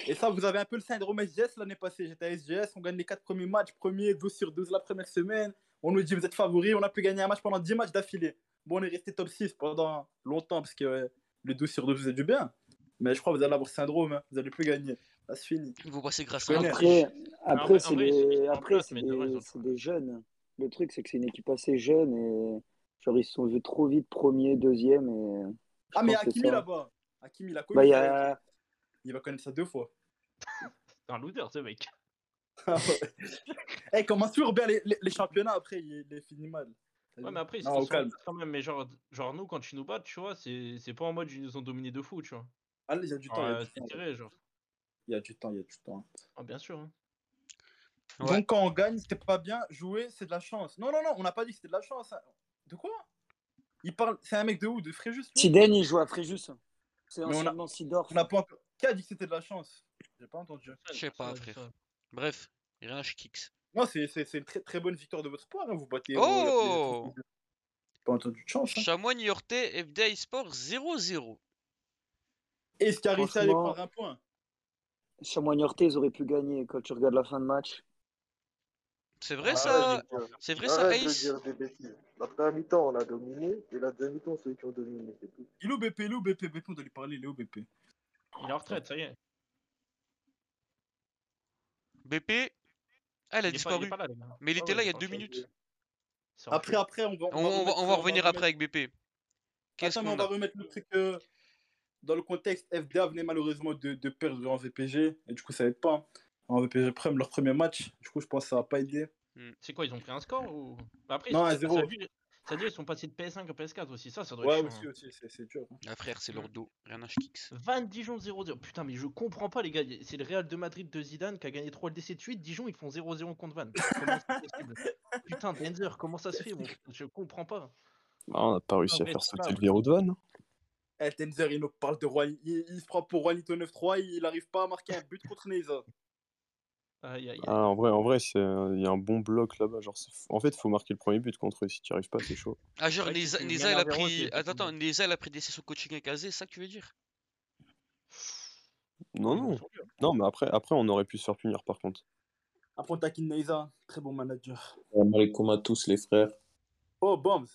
Et ça, vous avez un peu le syndrome SGS l'année passée. J'étais à SGS, on gagne les 4 premiers matchs, premier 12 sur 12 la première semaine. On nous dit, vous êtes favoris, on a pu gagner un match pendant 10 matchs d'affilée. Bon, on est resté top 6 pendant longtemps parce que euh, le 12 sur 12 faisait du bien. Mais je crois que vous allez avoir ce syndrome, hein. vous allez plus gagner. Là, c'est fini. Ils vont passer grâce Je à connais. Trigégir. Après, après en c'est vrai, ils sont des, mis en après, place, c'est mais de vrai, ils ont des, le c'est choix. des jeunes. Le truc, c'est que c'est une équipe assez jeune et genre, ils se sont vus trop vite premier, deuxième. Et... je Ah, mais pense que Hakimi ça- là-bas. Hakimi, il a connu. Bah, il y ça, a- Il va connaître ça deux fois. Ah C'est un loser, ce mec. Eh, comment sur bien les, les- les championnats après, il, il les finit mal. Ouais, mais après, ils Non, au se calme. calme. quand même. Mais genre, genre, nous, quand ils nous battent, tu vois, c'est c'est pas en mode ils nous ont dominés de fou, tu vois. Allez, Ah, il y a du temps, il y a Genre, du C'est temps. tiré, genre. Il y a du temps, il y a du temps. Ah, bien sûr. hein. Ouais. Donc, quand on gagne, c'était pas bien. Jouer, c'est de la chance. Non, non, non, on n'a pas dit que c'était de la chance. hein. De quoi Il parle. C'est un mec de où De Fréjus lui Tiden, il joue à Fréjus. C'est Mais on a- anciennement Sidorf. On n'a pas encore- Qui a dit que c'était de la chance J'ai pas entendu. Je sais pas, Personne n'a dit frère. Bref, rien, je kicks. Non, c'est c'est- c'est une très très bonne victoire de votre part. hein, Vous battez. Oh J'ai pas entendu de chance. Hein. Chamoine Yorté, FDA Sport 0-0. Et ce qui a réussi à aller Franchement- prendre un point. Chamois Niortais, ils auraient pu gagner quand tu regardes la fin de match. C'est vrai Arrête ça de dire- C'est vrai ça, Arrête de Ace dire des bêtises. La première mi-temps, on a dominé, et la deuxième mi-temps, ceux qui ont dominé, c'est tout. Il est au BP, il est au BP, BP, on doit lui parler, il est au BP. ça. Il est en retraite, ça y est. BP Ah, elle a Il est pas- il disparu. est pas là, les gars. Mais il Ouais, était ouais, là il y a est deux parti. minutes. C'est en Après, cul. après, on va, On, on va, on va revenir remettre- après avec BP. Qu'est-ce Attends, mais on qu'on va a remettre le truc euh, dans le contexte. FDA venait malheureusement de, de perdre en VPG. Et du coup, ça n'aide pas. hein. En VPG Prime, leur premier match. Du coup, je pense que ça va pas aider. C'est quoi, ils ont pris un score ou Bah Après, Non, ils- un ça- zéro. Ça veut dire- ça veut dire ils sont passés de PS5 à PS4 aussi, ça, ça doit Ouais, être aussi, chiant. hein. aussi, c'est- c'est dur. hein. Ah frère, c'est Hmm. leur dos. Rien à kicks. Van Dijon 0-0. Putain, mais je comprends pas, les gars. C'est le Real de Madrid de Zidane qui a gagné 3 LDC de suite. Dijon, ils font 0-0 contre Van. Comment c'est possible Putain, Denzer, comment ça se fait mon frère Je comprends pas. Ah, on n'a pas réussi Ah, à mais faire c'est là, sauter le verrou de hein. vanne. Eh, Tenzer, il nous parle de Roi. Il, il se prend pour Roi Lito 9-3. Il n'arrive pas à marquer un but contre Neza. Aïe, aïe, aïe. Ah, en vrai, en vrai, c'est il y a un bon bloc là-bas. Genre, c'est- en fait, faut marquer le premier but contre eux. Si tu arrives pas, c'est chaud. Ah genre, Ouais, tu Neza, peux Neza, gagner elle a un zéro, pris... t'es- t'es Attends, attends, tombé. Neza, elle a pris des sessions coaching à Kazé, c'est ça que tu veux dire Non, Ils non, sont durs. non, mais après, après, on aurait pu se faire punir par contre. Après, on taquine Neza. Très bon manager. Salam alaikum à tous les frères. Oh, Bombs.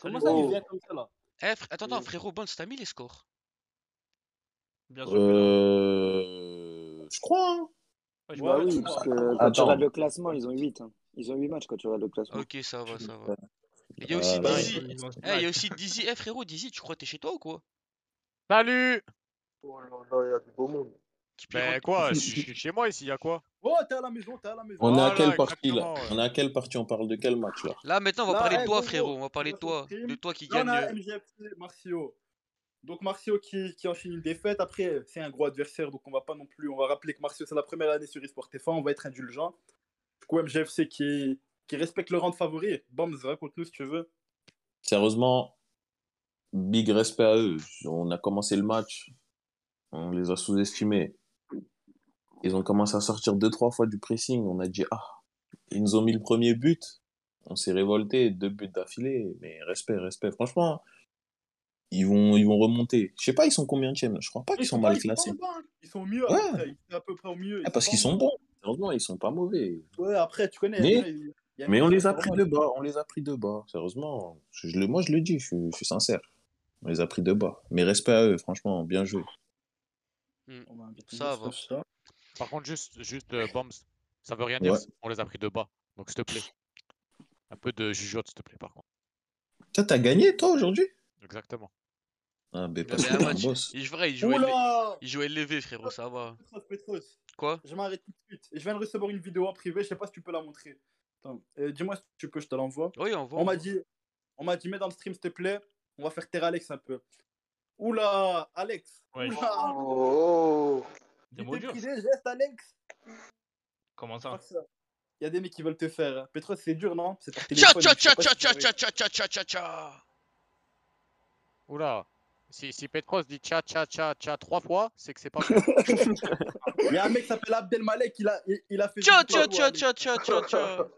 Comment ça, Bombs. il vient comme ça là Eh, fr- Attends, attends, frérot Bonds, t'as mis les scores Bien sûr. Euh... Je crois. hein. Ouais, je Bah me oui, rappelle, parce moi, que après, quand tu Attends. regardes le classement, ils ont 8. Ils ont 8 matchs quand tu regardes le classement. Ah, Ok, ça va, ça va. Et Il y a aussi Ah, bah, Dizzy. ils ont- Eh, il y a aussi Dizzy. Eh, frérot, Dizzy, tu crois que t'es chez toi ou quoi Salut Oh là là, il y a du beau monde. Qui peut Ben rentrer- quoi, je suis chez moi ici, y a quoi Oh, t'es à la maison, t'es à la maison. On est à Voilà, quelle partie Oh là exactement, ouais. On est à quelle partie On parle de quel match là Là, maintenant, on va Là, parler de eh, toi, gros, frérot. On va parler de gros, toi. gros, De toi qui Là, on gagne. a euh, MGFC, Marcio. Donc, Marcio qui, qui enchaîne une défaite. Après, c'est un gros adversaire, donc on va pas non plus. On va rappeler que Marcio, c'est la première année sur eSport TF1. On va être indulgent. Du coup, MGFC qui, qui respecte le rang de favori. Bombs, raconte-nous ce que tu veux. Sérieusement, big respect à eux. On a commencé le match, on les a sous-estimés. Ils ont commencé à sortir deux trois fois du pressing. On a dit ah, ils nous ont mis le premier but. On s'est révolté, deux buts d'affilée. Mais respect, respect. Franchement, ils vont, ils vont remonter. Je sais pas, ils sont combien de Je crois pas qu'ils sont pas- mal ils sont pas classés. en bas, hein. Ils sont au mieux. Ouais. après, Ils sont à peu près au mieux. Ah, parce pas qu'ils en sont bas. bons. Sérieusement, ils sont pas mauvais. Ouais, après, tu connais. Mais- après, il y a une Mais on les a concurrence pris de normale. bas, on les a pris de bas, sérieusement. Je, je le- moi, je le dis, je, suis- je suis sincère. On les a pris de bas. Mais respect à eux, franchement, bien joué. On va inviter Ça Youssef, va. ça. Par contre, juste, juste euh, Bombs, ça veut rien dire, Ouais. on les a pris de bas. Donc s'il te plaît, un peu de jugeote, s'il te plaît, par contre. Toi, t'as gagné, toi, aujourd'hui Exactement. Ah, ben, Il parce avait que un t'es un match. boss. Il, vrai, il jouait, élevé- Oula il jouait élevé, frérot, ça va. Petros, Petros, Quoi je m'arrête tout de suite. Je viens de recevoir une vidéo en privé, je sais pas si tu peux la montrer. Attends, euh, dis-moi si tu peux, je te l'envoie. Oui, on voit. On m'a dit, on m'a dit, mets dans le stream s'il te plaît, on va faire taire Alex un peu. Oula, Alex Ouais. Oula Oh, Des Il mots t'est durs. pris des gestes, Alex Comment ça Oh Il y a des mecs qui veulent te faire. Petros, c'est dur, non C'est par Tcha téléphone. tcha je sais tcha pas si tcha tu tcha vas réussir. tcha tcha tcha tcha tcha. Oula, si, si Petros dit tcha tcha tcha tcha trois fois, c'est que c'est pas bon. Il y a un mec qui s'appelle Abdelmalek, il a, il, il a fait. Tcha des vidéos tcha à tcha Alex. tcha tcha tcha tcha.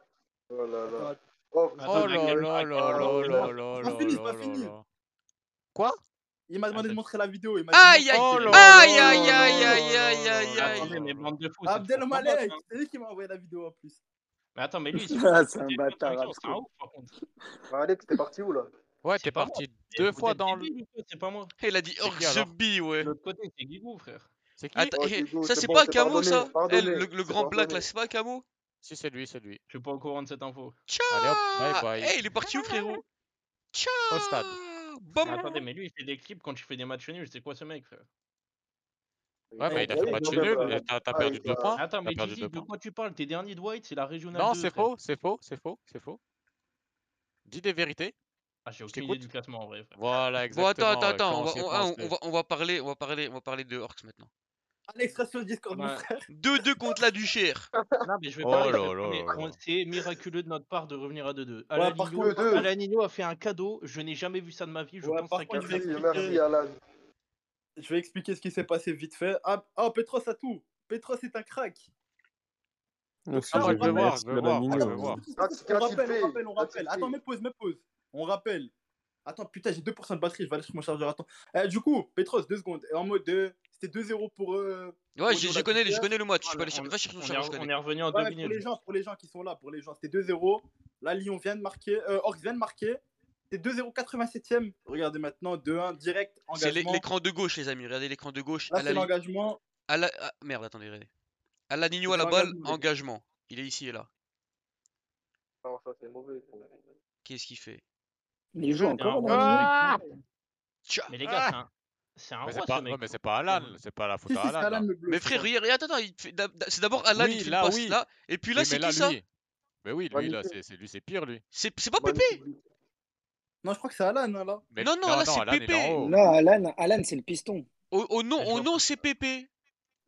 oh là là. Attends, Oh, Attends, Oh à quel- là là là à quel- là là là Oh Pas là fini, là pas fini. Ah, là. Quoi Il m'a demandé de Attends. montrer la vidéo. Il m'a dit, Aïe aïe montre- Oh là aïe là aïe là aïe là aïe là aïe là aïe là aïe. là Attendez, mais là. bande de fous, Oh, c'est trop combattre, Abdelmalek, hein. c'est lui qui m'a envoyé la vidéo en plus. Mais attends, mais lui, il se Ah, fout c'est un des bâtard, injonctions, c'est un Abdel. ouf, par contre. Bah, Alex, t'es parti où là Ouais, C'est t'es pas moi, parti Mais deux vous fois êtes dans le. débiles ou quoi C'est pas moi. Il a dit C'est org qui alors zombie, ouais. De l'autre côté, c'est Guigou, frère. C'est qui Attends, Oh, eh, Guigou, ça c'est c'est bon, pas un c'est camo pardonné, ça Eh, pardonné, le, le c'est grand black là, pardonné. c'est pas un camo Si, c'est lui, c'est lui. Je suis pas au courant de cette info. Tcha Allez hop, bye bye. Eh, il est parti où frérot Tcha Au stade. Mais Bam attendez, mais lui, il fait des clips quand il fait des matchs nuls. C'est quoi ce mec, frère Ouais, mais il a fait Ah, match il nul, va- et t'as t'as ah, il perdu deux va- points. Attends, T'as mais perdu Dizzy, deux de points. quoi tu parles T'es dernier de White, c'est la régionale Non, 2, c'est frère. faux, c'est faux, c'est faux, c'est faux, c'est faux. Dis des vérités. Ah, j'ai Je aucune idée du t'écoute. classement, en vrai, frère. Voilà, Bon attends exactement. attends ouais, attends, Quand on on va s'y on, pense, ah, on- on va on va parler, on va parler, on va parler de Orcs maintenant. Alex, reste sur le Discord, Ouais. mon frère. 2-2 contre la Duchère. Non, mais je vais Oh parler. là je vais là parler. là On- là. C'est miraculeux de notre part de revenir à 2-2. Ouais, par Alanino, contre, Deux, deux. Alanino a fait un cadeau. Je n'ai jamais vu ça de ma vie. Je Ouais, pense par à contre, quelqu'un je qui vais- Merci, fait merci Alan. je vais expliquer ce qui s'est passé vite fait. Ah, ah, Petros a tout. Petros est un crack. Donc, Ah, bah, si moi, j'ai je veux vu, voir, merci je veux voir, moi, je Alanino. veux Attends, voir. Ah, on c'est un rappelle, on typé, rappelle, on un rappelle. typé. Attends, me pause, me pause. On rappelle. Attends, putain, j'ai 2% de batterie, je vais aller sur mon chargeur. Attends. Eh, du coup, Petros, deux secondes. Et en mode, euh, c'était 2-0 pour. euh, Ouais, Odio je, je la connais, je Duchère. connais le match. Je peux On, aller cher- on- va chercher ton on est, chargeur, je re- on connais. est revenu en deux Ouais, pour minutes. les gens, pour les gens qui sont là, pour les gens, c'était 2-0. Là, Lyon vient de marquer, euh, Orcs vient de marquer. C'est 2-0, 87e. Regardez maintenant, 2-1, direct, C'est l'é- engagement. l'écran de gauche, les amis. Regardez l'écran de gauche. Là, À la, c'est li- l'engagement. à la- ah, merde, attendez, regardez. Alanino à C'était la balle, l'engagement, les gars. engagement. Il est ici et là. Non, ça c'est mauvais. Qu'est-ce qu'il fait Il joue Ouais, C'est un encore roi. là, Ah Tcha Mais les gars, Ah c'est un, c'est un mais c'est roi, ce pas, ouais, mec. mais c'est pas Alan, c'est pas la faute Si, à si, c'est Alan hein. Alan là. le bleu. Mais frère, regarde, regarde, attends, il te fait d'ab- d'ab- c'est d'abord Alan, il Oui, te fait une là, passe oui. là, et puis là, Oui, mais c'est là, qui ça lui. Mais oui, lui, là, Magnifique. c'est c'est- lui, c'est pire, lui. C'est c'est pas Pépé Magnifique. Non, je crois que c'est Alan, hein, là. Mais Non, non, non, là, non, c'est Alan, il est en Pépé haut. Non, Alan, Alan c'est le piston. Au, au nom, Mais je au m'en nom, fous. c'est Pépé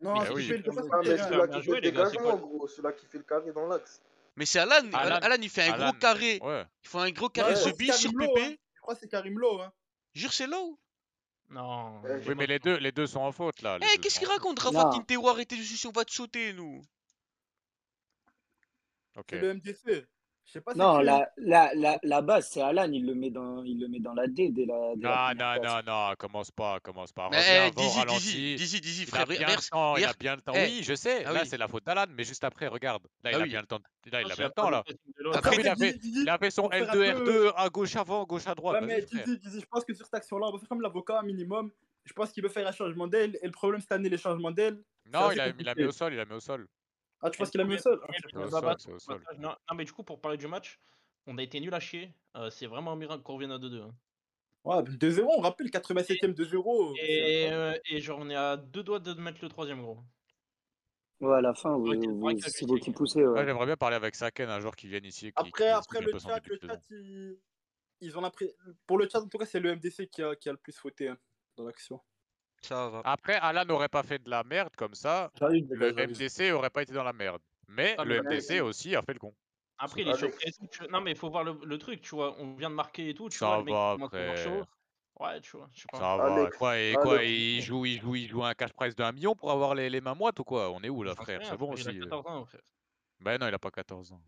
Non, Mais c'est Bah oui. Pépé, deux fois, Ah, c'est mais Pépé. Laisse faire celui-là bien qui jouer, fait les des gars, c'est gagnements, quoi en gros. Celui-là qui fait le carré dans l'axe. Mais c'est Alan Al- Alan, Alan, il fait un gros Alan, carré. ouais. Il fait un gros Non, carré je ce crois que c'est bis sur Karim Lowe, hein. Pépé. Je crois que c'est Karim Lowe, hein. Jure, c'est là où Non, Eh, Oui, j'ai mais pas les deux, les deux sont en faute là, Eh, les deux qu'est-ce sont en qu'il faute. raconte, Rafa Non, Quintero Arrêtez de sucer, on va te sauter, nous. Ok. Ah, C'est le MDC. Je sais pas si Non, tu- la, la, la, la base, c'est Alan, il le met dans, il le met dans la D dès la. dès la Non, non, non, non, commence pas, commence pas. Mais, Reviens, eh, va au Dizzy, ralenti. Dizzy, Dizzy, Dizzy, il frère, a bien hier- le temps, il a hier- bien le temps. eh, Oui, je sais, ah là, oui. c'est la faute d'Alan, mais juste après, regarde. Là, il Ah a oui. bien le temps. de- Là, il Ah, a bien c'est la le temps, là. Ah, faute de T'as l'autre. vu, Après, il a fait, il a fait son pour faire un L2, peu- R2, à gauche avant, gauche à droite. Ouais, mais Vas-y, frère. Dizzy, Dizzy, je pense que sur cette action-là, on va faire comme l'avocat minimum. Je pense qu'il veut faire un changement d'aile. Et le problème cette année, les changements d'aile. c'est Non, assez il a, il compliqué. a mis au sol, il a mis au sol. Ah, tu penses qu'il a mis au sol Ah, je sais C'est au pas. sol, c'est au sol. Avantage, Non, non, mais du coup, pour parler du match, on a été nul à chier. Euh, c'est vraiment un miracle qu'on revienne à 2-2. hein. Ah, Ouais, 2-0, on rappelle, 87ème 2-0. Et, euh, et genre, on est à deux doigts de mettre le troisième, gros. Ouais, à la fin, vous- Ouais, c'est vous- vrai qu'il a c'est juste vous été- qui poussez. Moi, Ouais. j'aimerais bien parler avec Saken, un joueur qui vient ici. et Qui, Après, qui après s'exprime le pas son chat, début le de saison. chat, ils, ils ont l'impression. Pour le chat, en tout cas, c'est le MDC qui a, qui a le plus fauté hein, dans l'action. Ça va. Après, Alan n'aurait pas fait de la merde comme ça. J'arrive, les Le gars, j'arrive. MDC aurait pas été dans la merde. Mais Ah, mais le après- MDC aussi a fait le con. Après, les Alex. surprises et tout, tu- Non, mais il faut voir le, le truc, tu vois. On vient de marquer et tout, tu vois. Ça Le mec va, commence à avoir chaud. frère. Ouais, tu vois, je sais pas. Ça va. Alex, Quoi, et quoi Alex. il, joue, il, joue, il joue un cash prize de 1 million pour avoir les, les mains moites ou quoi On est où là, J'en sais frère rien, C'est bon frère, Il a aussi. euh. 14 ans, frère. Ben non, il a pas 14 ans.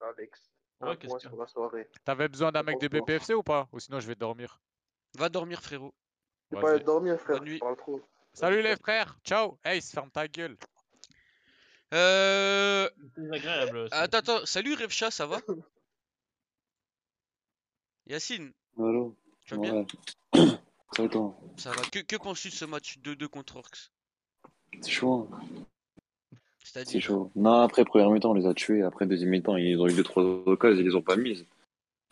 Alex, un Ah, Ouais, qu'est-ce point qu'il y a sur la soirée. T'avais besoin d'un mec de Bonsoir. BPFC ou pas Ou sinon, je vais dormir. Va dormir, frérot. Tu pas Vas-y. dormir, frère, Bonne nuit. tu parles trop. Salut les frères. Ciao. Ace, ferme ta gueule. Euh... C'est désagréable. ça. Attends, attends. Salut, Revcha, ça va Yacine, Voilà. tu vas bien Ouais. Attends, Ça va. Que, que penses-tu de ce match 2-2 contre Orcs c'est chaud. hein. C'est C'est-à-dire chaud. Non, après, première mi-temps, on les a tués. Après, deuxième mi-temps, ils ont eu deux, trois occasions, ils les ont pas mises.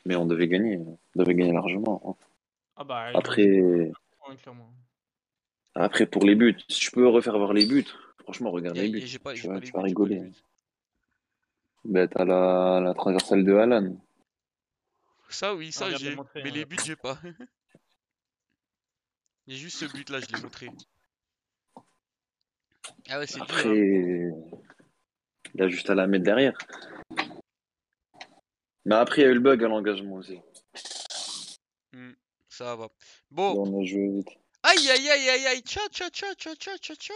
Mais on devait gagner. hein. On devait gagner largement. Ah bah, il aurait Après, dû, clairement. après pour les buts, si tu peux refaire voir les buts, franchement, regarde Et- les et buts. J'ai pas, Tu j'ai pas vas, les tu vas buts, j'ai pas les rigoler. buts. Ben, t'as la, la transversale de Alan. Ça, oui, Ah, ça, regarde, les j'ai. montrer, Mais hein. les buts, j'ai pas. Il y a juste ce but-là, je l'ai montré. Ah ouais, c'est dur, hein. Après, il a juste à la mettre derrière. Mais après, il y a eu le bug à l'engagement aussi. Hmm, ça va. Bon. On a joué vite. Aïe, aïe, aïe, aïe, aïe. Tcha, tcha, tcha, tcha, tcha, tcha, tcha.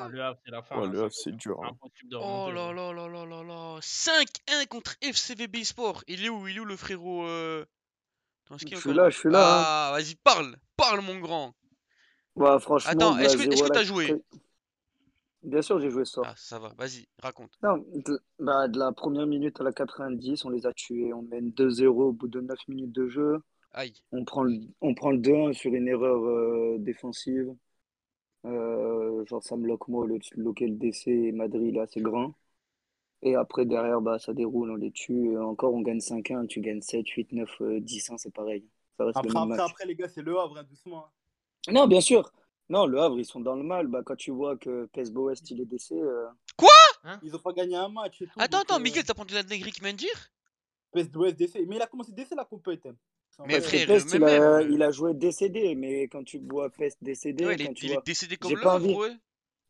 Ah, le Havre, c'est la fin. Ouais, là, le ça Havre, c'est dur. va hein. être impossible de Oh remonter. là là. là là là là là 5-1 contre FCVB Sport. Il est où Il est où le frérot euh... Attends, est-ce qu'il est Je suis encore là, je suis là. hein. Ah, vas-y, parle Parle, mon grand Bah, franchement, Attends, bah, est-ce que est-ce zéro que là. t'as je joué suis très- Bien sûr, j'ai joué ce soir. Ah, ça va, vas-y, raconte. Non, de, bah, de la première minute à la 90, on les a tués. On mène 2-0 au bout de 9 minutes de jeu. Aïe. On prend le, on prend le 2-1 sur une erreur euh, défensive. Euh, genre, Sam Lokmo, le local DC et Madrid, là, c'est grand. Et après, derrière, bah, ça déroule, on les tue. Et encore, on gagne 5-1, tu gagnes 7, 8, 9, euh, 10-1, c'est pareil. Ça reste le Après, même après, match. après, les gars, c'est le Havre, hein, doucement. hein. Non, bien sûr. Non, le Havre, ils sont dans le mal. Bah, quand tu vois que Pesbo West, il est décès, euh, Ils ont pas gagné un match et tout. Attends, donc, attends, euh, Miguel, t'as pendu la Negric Mendir Pest West, DC. Mais il a commencé DC la compète. hein. C'est un Mais Parce vrai. que frère, Pest, mais il même. a, euh, il a joué décédé, mais quand tu vois Pest ouais, décédé, il, est, Eh, quand tu il est vois. décédé J'ai comme le pas Havre, envie, ouais.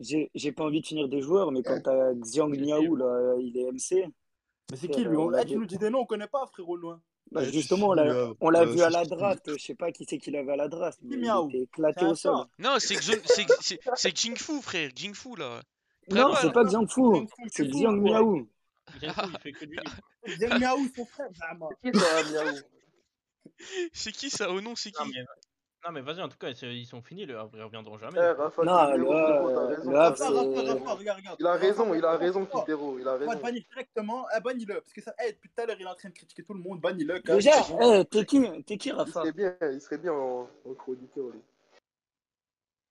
j'ai j'ai pas envie de finir des joueurs, mais quand t'as Xiang Il est libre. Niaou, là, il est MC, Mais c'est frère, qui lui euh, on on... l'a eh, Tu vu. nous dis des noms, on connaît pas, frérot, loin. Bah, Eh, c'est justement, on fini, l'a là. on l'a Ouais, vu à c'est la fini. draft, je sais pas qui c'est qu'il avait à la draft, C'est mais qui il Miaou était C'est éclaté un au sol. chat. Non, c'est Xon- c'est c'est c'est Jing Fu, frère, Jing Fu là. Non, c'est Prévois. pas Xiang Fu, Xiang Fou, hein. c'est c'est fou, Xiang quoi. Niaou. Bien sûr, il fait que du Ah nul. Xiang Miaou, Bah, son frère, Zama. Qui ça, Miaou C'est qui ça Oh non, c'est Non, qui mais, non, mais vas-y, en tout cas, c'est- ils sont finis, le Havre, ils reviendront jamais. Eh, Rafa Non, le, Quintero, frérot, t'as euh, le raison, t'as Havre, Rafa, raison, Rafa, t'as c'est. Rafa, raison. regarde, regarde. Il a Rafa, raison, il a Rafa, raison, Rafa. Quintero, il a On va le raison. bannir directement. Eh, bannis-le. Parce que ça, eh, depuis tout à l'heure, il est en train de critiquer tout le monde. Bannis-le, calme. Déjà, c'est bon. eh, t'es qui, t'es qui, Il Rafa? serait bien, il serait bien en, en chroniqueur, lui.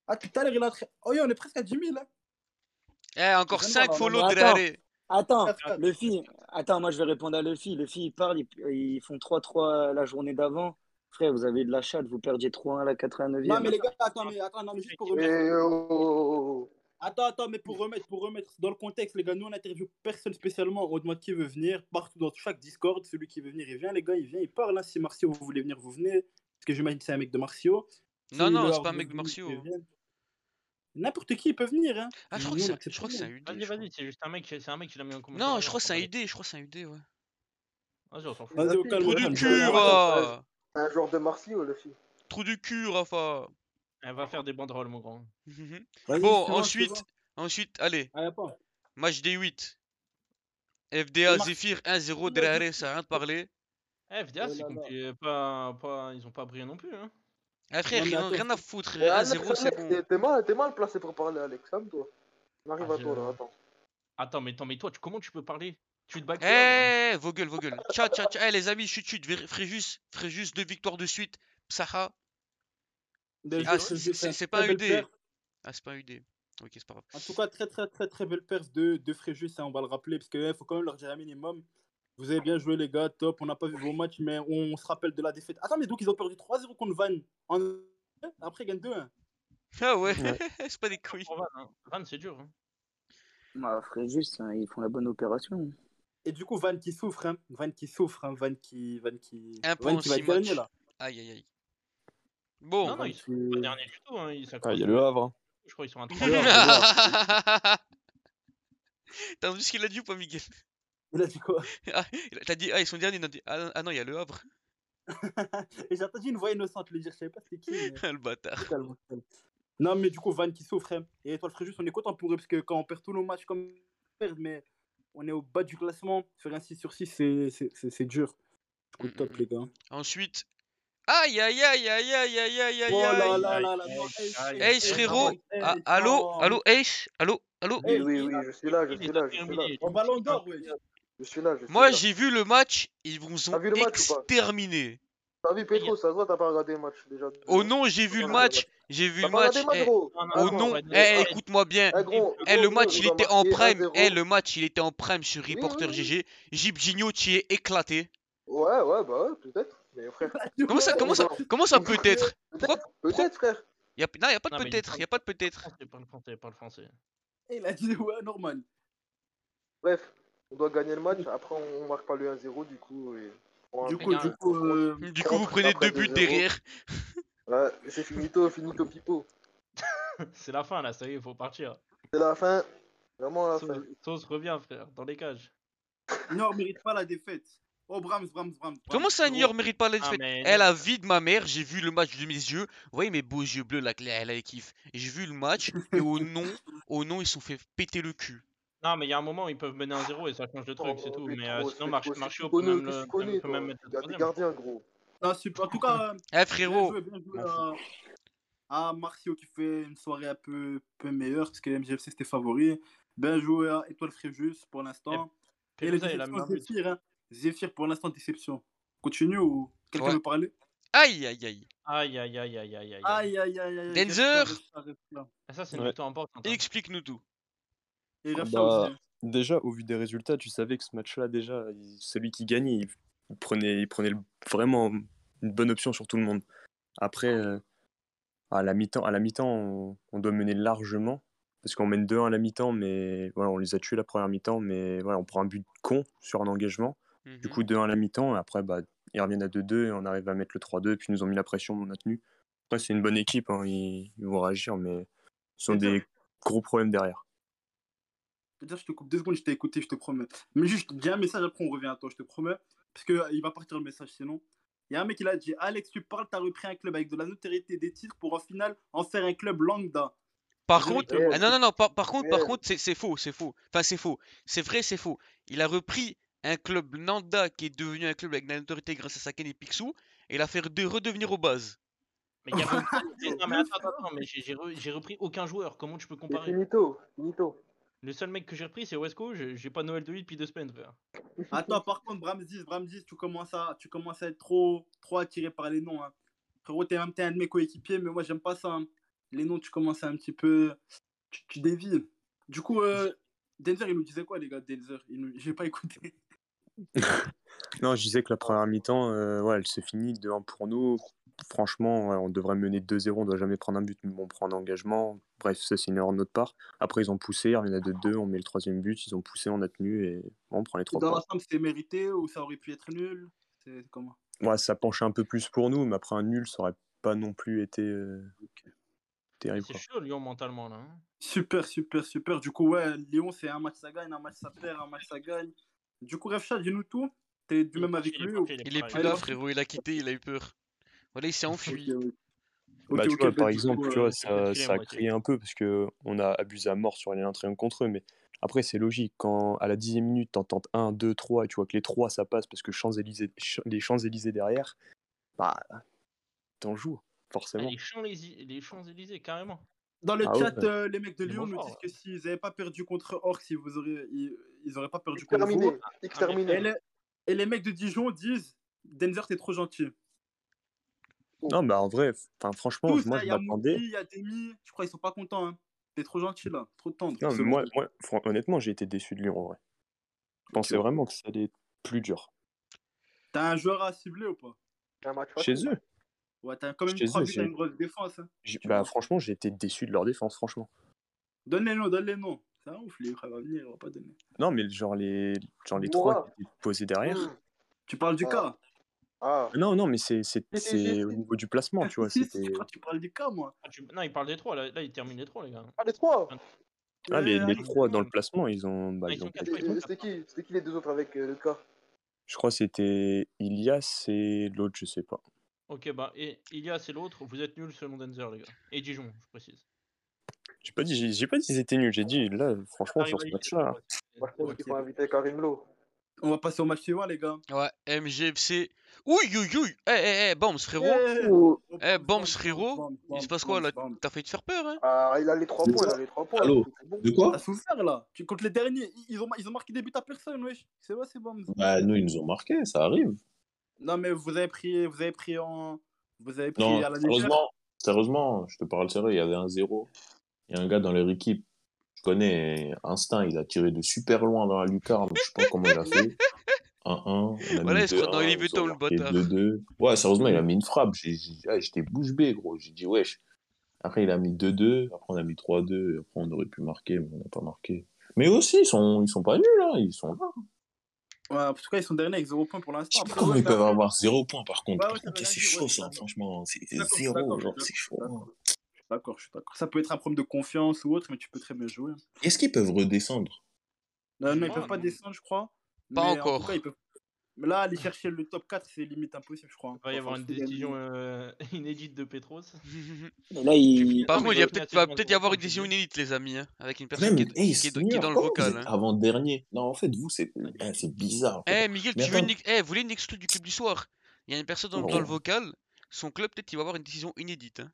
Ah, tout à l'heure, il est en train. Oh, yeah, on est presque à 10 000. Hein. Eh, Je encore viens de 5 voir, là. Non, On mais follow attends. Drare. Attends, est 4-4. Luffy, attends, moi je vais répondre à Luffy. Luffy, il parle, ils, ils font 3-3 la journée d'avant. Frère, vous avez de la chatte, vous perdiez 3-1 à la Non, 89e. mais les gars, attends, mais, attends, non, mais juste pour Eh, remettre. oh, oh, Attends, attends, mais pour remettre, pour remettre dans le contexte, les gars, nous on interview personne spécialement. On demande qui veut venir, partout dans chaque Discord. Celui qui veut venir, il vient, les gars, il vient, il parle. hein. Si Martial, vous voulez venir, vous venez. Parce que j'imagine que c'est un mec de Martial. Si Non, non, le c'est pas un Havre veut mec de venir, il martiaux. vient. N'importe qui peut venir, hein. Ah, je crois que Nous on c'est je accepte crois tout que le c'est un monde. UD, Vas-y, je crois. vas-y, c'est juste un mec, c'est un mec qui l'a mis en commentaire. Non, je hier, crois on que c'est s'en un bat les- UD, je crois que c'est un UD, ouais. Vas-y, on s'en fout. Vas-y, au calme, Trou au du calme. cul, Voilà. oh. va Un joueur de Marcio, le fils. Trou du cul, Rafa Elle Eh, va faire des banderoles, mon grand. Mhm. Bon, Vas-y, c'est bon, c'est bon. Ah, ensuite, ensuite, allez, Allez, pas. match des 8. FDA, Zephyr 1-0, Drare, ça a rien de parler. Eh, FDA, c'est compliqué. Pas, pas, ils ont pas brillé non plus. Hein. Ah, frère, Non, mais ils ont attends. rien à foutre. Eh, Alex, 1-0, Euh, c'est Alex, bon. t'es- T'es mal, t'es mal placé pour parler, Alex. Calme-toi. On arrive Ah, à je- toi, là. Attends. Attends, mais, attends, mais toi, tu, comment tu peux parler Tu te back Eh, hein. vos gueules, vos gueules. Ciao, ciao, ciao. Eh, les amis, chut, chut. Vér- Fréjus, Fréjus, deux victoires de suite. Psaha. Bien Ah, joué, c'est- Fréjus, c'est hein. c'est Très pas un belle UD. paire. Ah, c'est pas un UD. Ok, c'est pas grave. En tout cas, très très très très belle perf de, de Fréjus, hein, on va le rappeler, parce qu'il faut quand même leur dire un minimum. Vous avez bien joué les gars, top, on n'a pas vu vos matchs, mais on se rappelle de la défaite. Attends, mais donc ils ont perdu 3-0 contre Van. En... Après, ils gagnent 2-1. Ah ouais, Ouais. c'est pas des couilles. Van, c'est dur. hein. Bah, Fréjus, hein, ils font la bonne opération. Et du coup, Van qui souffre, hein. Van qui souffre, hein. Van qui, Van qui, Un Van point en qui va six être dernier matchs. là. Aïe, aïe, aïe. Bon. non, non, ils sont pas derniers du tout. Hein. Ils Ah, s'accrochent. il y a le Havre. hein. Je crois qu'ils sont à 3 hein. T'as entendu ce qu'il a dit ou pas, Miguel Il a dit quoi Ah, il a- T'as dit, ah, ils sont derniers. il a dit, ah, ah non, il y a le Havre. Et j'ai entendu une voix innocente le dire, je savais pas c'était qui. mais- Ah, le bâtard. Totalement, totalement. Non, mais du coup, Van qui souffre. hein. Et Étoile Fréjus, on est content pour eux parce que quand on perd tous nos matchs comme on perd, mais on est au bas du classement. Faire un 6 sur 6, c'est- c'est c'est- c'est dur. Du coup, top, les gars. Ensuite. Aïe, aïe, aïe, aïe, aïe, aïe, aïe, aïe, Oh là aïe. là Aïe, là là. aïe, non, hey, aïe, hey, Ace, hey, frérot. non, hey, Ah, allô, non. Oh. allô, Ace, allô, allô. Oui, Hey, oui, Ah, il oui, a- je suis là, je Il suis les là, a je suis là. terminés. Au ballon d'or, wesh. Je suis là, je suis Moi, là. j'ai vu le match. Ils vous T'as ont vu le match ou pas exterminé. T'as vu Il y a- Petro, ça se voit, t'as pas regardé le match déjà. Oh non, j'ai vu le T'as pas regardé match. J'ai vu T'as le pas regardé match. le match, eh. gros Non, non, Oh non, non, ouais, eh, eh, ouais. écoute-moi bien. Eh gros, Eh, gros, le gros, match, ils il ont était en marqué prime. Eh, 1-0. le match, il était en prime sur Oui, oui, Reporter oui. GG. Gigno, tu es éclaté. Ouais, ouais, bah ouais, peut-être. Mais frère, Comment ça, ils comment ça, ont- comment ça peut-être Pourquoi peut-être, frère. y a, Non, y a pas de Non, mais il peut-être. parle- Y a pas de parle peut-être. français, parle français, parle français. Hey, Il a dit, ouais, normal. Bref, on doit gagner le match. Après, on marque pas le 1-0, du coup. Et... Oh, on Du rentre- coup, du coup, euh, Du coup, vous prenez Après deux buts 2-0. derrière. Ouais, c'est finito, finito, pipo. C'est la fin là, ça y est, il faut partir. C'est la fin. Vraiment la fin. Sauce, Sauce revient, frère, dans les cages. Niort mérite pas la défaite. Oh, Brams, Brams, Brams. Brams, Comment ça, frérot. Niort mérite pas Eh, la Ah, défaite mais. Elle a vie de ma mère, j'ai vu le match de mes yeux. Vous voyez mes beaux yeux bleus, là, que- elle elle kiffe. J'ai vu le match, et au nom, au nom, ils se sont fait péter le cul. Non, mais il y a un moment, ils peuvent mener un zéro et ça Oh, change de truc, bah, c'est tout. Mais euh, sinon, marche, Marchio peut même, le, euh, peut même mettre hein. le hein. Il y a des troisième. gardiens, gros. Non, super. En tout cas, euh, Eh bien frérot joué, bien joué m'en à, à Marcio qui fait une soirée un peu, peu meilleure parce que MGFC c'était favori. Bien joué à Étoile Fréjus pour l'instant. Et la Pelusa, Eh, il a mis un déception, but. Zephyr. Hein. Zephyr pour l'instant, déception. Continue ou quelqu'un Ouais. veut parler Aïe aïe aïe. Aïe, aïe, aïe, aïe, aïe, aïe. aïe. Aïe, aïe, aïe, aïe. aïe, Reste là, Denzer reste là, reste là. Ah, Ça, c'est une Ouais. victoire importante. hein. Explique-nous tout. Et Ah reste là aussi. Bah, hein. déjà, au vu des résultats, tu savais que ce match-là, déjà, il- celui qui gagnait, il, il prenait, il prenait le- vraiment une bonne option sur tout le monde. Après, euh, à la mi-temps, à la mi-temps, on, on doit mener largement. Parce qu'on mène 2-1 à la mi-temps, mais voilà, on les a tués la première mi-temps, mais voilà, on prend un but con sur un engagement. Du Mhm. coup, 2-1 à la mi-temps, et après, bah, ils reviennent à 2-2, et on arrive à mettre le 3-2, puis ils nous ont mis la pression, on a tenu. Après, c'est une bonne équipe, hein, ils, ils vont réagir, mais ce sont des gros problèmes derrière. Peut-être je te coupe deux secondes, je t'ai écouté, je te promets. Mais juste, dis un message, après on revient à toi, je te promets. Parce que euh, il va partir le message sinon. Il y a un mec qui l'a dit Alex, tu parles, t'as repris un club avec de la notoriété des titres pour en finale en faire un club lambda. Eh, Par contre, Directement. ah Yes. non non non, par, par contre, par Merde. contre, c'est c'est faux, c'est faux. Enfin, c'est faux. C'est vrai, c'est faux. Il a repris un club Nanda qui est devenu un club avec de la notoriété grâce à Saken et Picsou et l'a fait de redevenir aux bases. Mais il y avait aucun. mais non, mais Le attends, attends, attends, mais j'ai j'ai re- j'ai repris aucun joueur. Comment tu peux C'est comparer finito, finito. Le seul mec que j'ai repris, c'est Wesco. J'ai j'ai pas Noël de lui depuis deux semaines, frère. Attends, par contre, Bramzis, Bramzis, tu commences à, tu commences à être trop, trop attiré par les noms. Hein. Frérot, t'es même t'es un de mes coéquipiers, mais moi j'aime pas ça. hein. Les noms, tu commences à un petit peu. Tu, tu dévies. Du coup, euh, Denzer, il nous disait quoi, les gars Denzer il nous... J'ai pas écouté. Non, je disais que la première mi-temps, euh, ouais, elle se finit 2-1 pour nous. Franchement, ouais, on devrait mener 2-0, on doit jamais prendre un but, mais bon, on prend un engagement. Bref, ça, c'est une erreur de notre part. Après, ils ont poussé, il y en a de deux, on met le troisième but, ils ont poussé, on a tenu et bon, on prend les Et trois dans points. l'ensemble, c'est mérité ou ça aurait pu être nul C'est comment Ouais, ça penchait un peu plus pour nous, mais après un nul, ça aurait pas non plus été euh, Mais terrible. c'est Quoi. chaud, Lyon, mentalement, là. hein. Super, super, super. Du coup, ouais, Lyon, c'est un match ça gagne, un match ça perd, un match ça gagne. Du coup, Refcha, dis-nous tout. T'es du Il est même parti, avec il est lui ou... parti, il est Il est parti. plus Ah, il est là, parti frérot, il a quitté, il a eu peur. Voilà, il s'est Ok, enfui. oui. Bah, tu vois, Ok, ok, bah, par du exemple, coup, tu euh, vois, J'ai ça, peut-être filé, ça a moi aussi. crié un peu parce que on a abusé à mort sur les 1 contre eux, mais Après, c'est logique. Quand à la dixième minute, t'en tentes un, deux, trois, et tu vois que les trois, ça passe parce que Champs-Élysées- Ch- les Champs-Élysées derrière, bah, t'en joues, Bah, Ah, forcément. les Champs-Élysées- les Champs-Élysées, carrément. Dans le Ah ouais. chat, euh, les mecs de Ils Lyon vont nous fort, disent que s'ils n'avaient pas perdu contre Orcs, ils vous auraient, ils, ils auraient pas perdu Exterminé, contre vous. exterminé. Et les, et les mecs de Dijon disent Denzer, t'es trop gentil. Non, mais en vrai, enfin, franchement, Tous, moi, là, il je y a m'attendais. Mouki, il y a Demi, je crois qu'ils sont pas contents. Hein. T'es trop gentil là, trop tendre. Non, mais ce moi, mec. moi, fran- honnêtement, j'ai été déçu de Lyon, en vrai. Je pensais vois. vraiment que ça allait être plus dur. T'as un joueur à cibler ou pas Chez eux, Ouais, t'as quand même Chez trois eux, buts, j'ai- t'as une grosse défense. hein. j'ai- Tu bah, vois. franchement, j'ai été déçu de leur défense, franchement. Donne les noms, donne les noms. C'est un ouf, les frères, va venir, on va pas donner. Non, mais genre les, genre les Moura. trois qui étaient posés derrière. Mmh. Tu parles du Ah. cas Non, non, mais c'est c'est- Mais c'est- c'est au niveau du placement, tu vois. c'était- Tu parles du cas, moi. Ah, Non, il parle des trois. Là, là il termine les trois, les gars. Ah, les trois Ah, les, les Ouais, trois dans le placement, ils ont, bah, ils ont C'était c'était qui C'était qui les deux autres avec euh, le cas Je crois que c'était Ilias et l'autre, je sais pas. Ok, bah, et Ilias et l'autre, vous êtes nuls selon Denzer, les gars. Et Dijon, je précise. J'ai pas dit, j'ai j'ai pas dit qu'ils étaient nuls, j'ai dit là, franchement, sur ce rivalité, match-là. Moi, je pense qu'il faut inviter Karim Lo. On va passer au match suivant, les gars. Ouais, MGFC. Ouille, ouille, ouille. Eh, eh, eh, Bombs, frérot. Yeah. Eh, Bombs, frérot. eh. Il se passe quoi là T'as failli te faire peur, hein Ah, il a les trois C'est points, il ça a les trois points. Allô C'est bon. De quoi T'as souffert là Tu- Contre les derniers, ils- ils ont, ils ont marqué des buts à personne, wesh. C'est vrai, c'est bon. Bah, nous, ils nous ont marqué, ça arrive. Non, mais vous avez pris, vous avez pris en. Vous avez pris Non, à la légère. sérieusement, sérieusement, je te parle sérieux, il y avait un zéro. Il y a un gars dans leur équipe, je connais Instinct, il a tiré de super loin dans la lucarne, je sais pas comment il a fait. 1-1, on a Voilà, mis il se croit dans 2-1, Olivier ils ont Tom, le marqué bâtard. 2-2. Ouais, sérieusement, il a mis une frappe, j'ai- j'ai- ah, j'étais bouche bée, gros, j'ai dit wesh. Après, il a mis 2-2, après on a mis 3-2, et après on aurait pu marquer, mais on n'a pas marqué. Mais aussi, ils sont, ils sont pas nuls, hein, ils sont là. Ouais, en tout cas, ils sont derniers avec 0 points pour l'instant. Après, Comment ouais, ils peuvent Berlin- avoir 0 points par contre Ouais, ouais, Par ça veut contre, rien c'est dire, ouais, chaud je suis ça, d'accord. franchement, c'est Je suis d'accord, je suis 0, d'accord, je genre, suis c'est chaud. d'accord. Je suis D'accord, je suis d'accord. Ça peut être un problème de confiance ou autre, mais tu peux très bien jouer. hein. Est-ce qu'ils peuvent redescendre Non, non, ils Ah, peuvent pas non. descendre, je crois. Pas mais en tout encore. cas, ils peuvent. Mais Là, aller chercher le top 4, c'est limite impossible, je crois. Il va y avoir une Enfin, surtout décision gagner. euh, inédite de Petros. Mais Par contre, Ah, Non, mais là, il- il ils y a ont fini à peut-être, va 7-0, peut-être y avoir comme une je décision inédite, les amis, hein, avec une personne qui Même, est, hey, qui est- qui est Seigneur, dans le comment Oh, vous vocal. êtes hein. avant-dernier Non, en fait, vous, c'est eh, c'est bizarre. en Eh, fait. Miguel, Mais tu veux une, attends, ex- eh, vous voulez une exclue du club du soir? Il y a une personne dans, le- dans le Oh. vocal. Son club, peut-être, il va avoir une décision inédite. hein.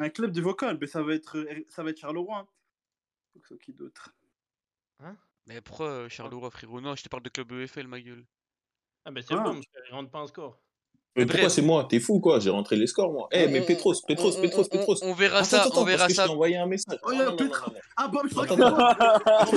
Un club du vocal, mais ça va être, ça va être Charleroi. hein. Donc, c'est qui d'autre Mais pourquoi euh, Charleroi, frérot? Non, je te parle de club EFL, ma gueule. Ah, mais c'est Ah. bon, il rentre pas un score. mais pourquoi Bref, c'est moi T'es fou, quoi J'ai rentré les scores, moi. Eh, on, mais on- Petros, on- Petros, on- Petros, on- on- Petros. on verra Attends, mm, ça, on attends, parce verra que je ça. t'ai envoyé un message. Oh, Non, il y non, a non, non, Petros non, non. Ah, bon, je crois que Attends, c'est moi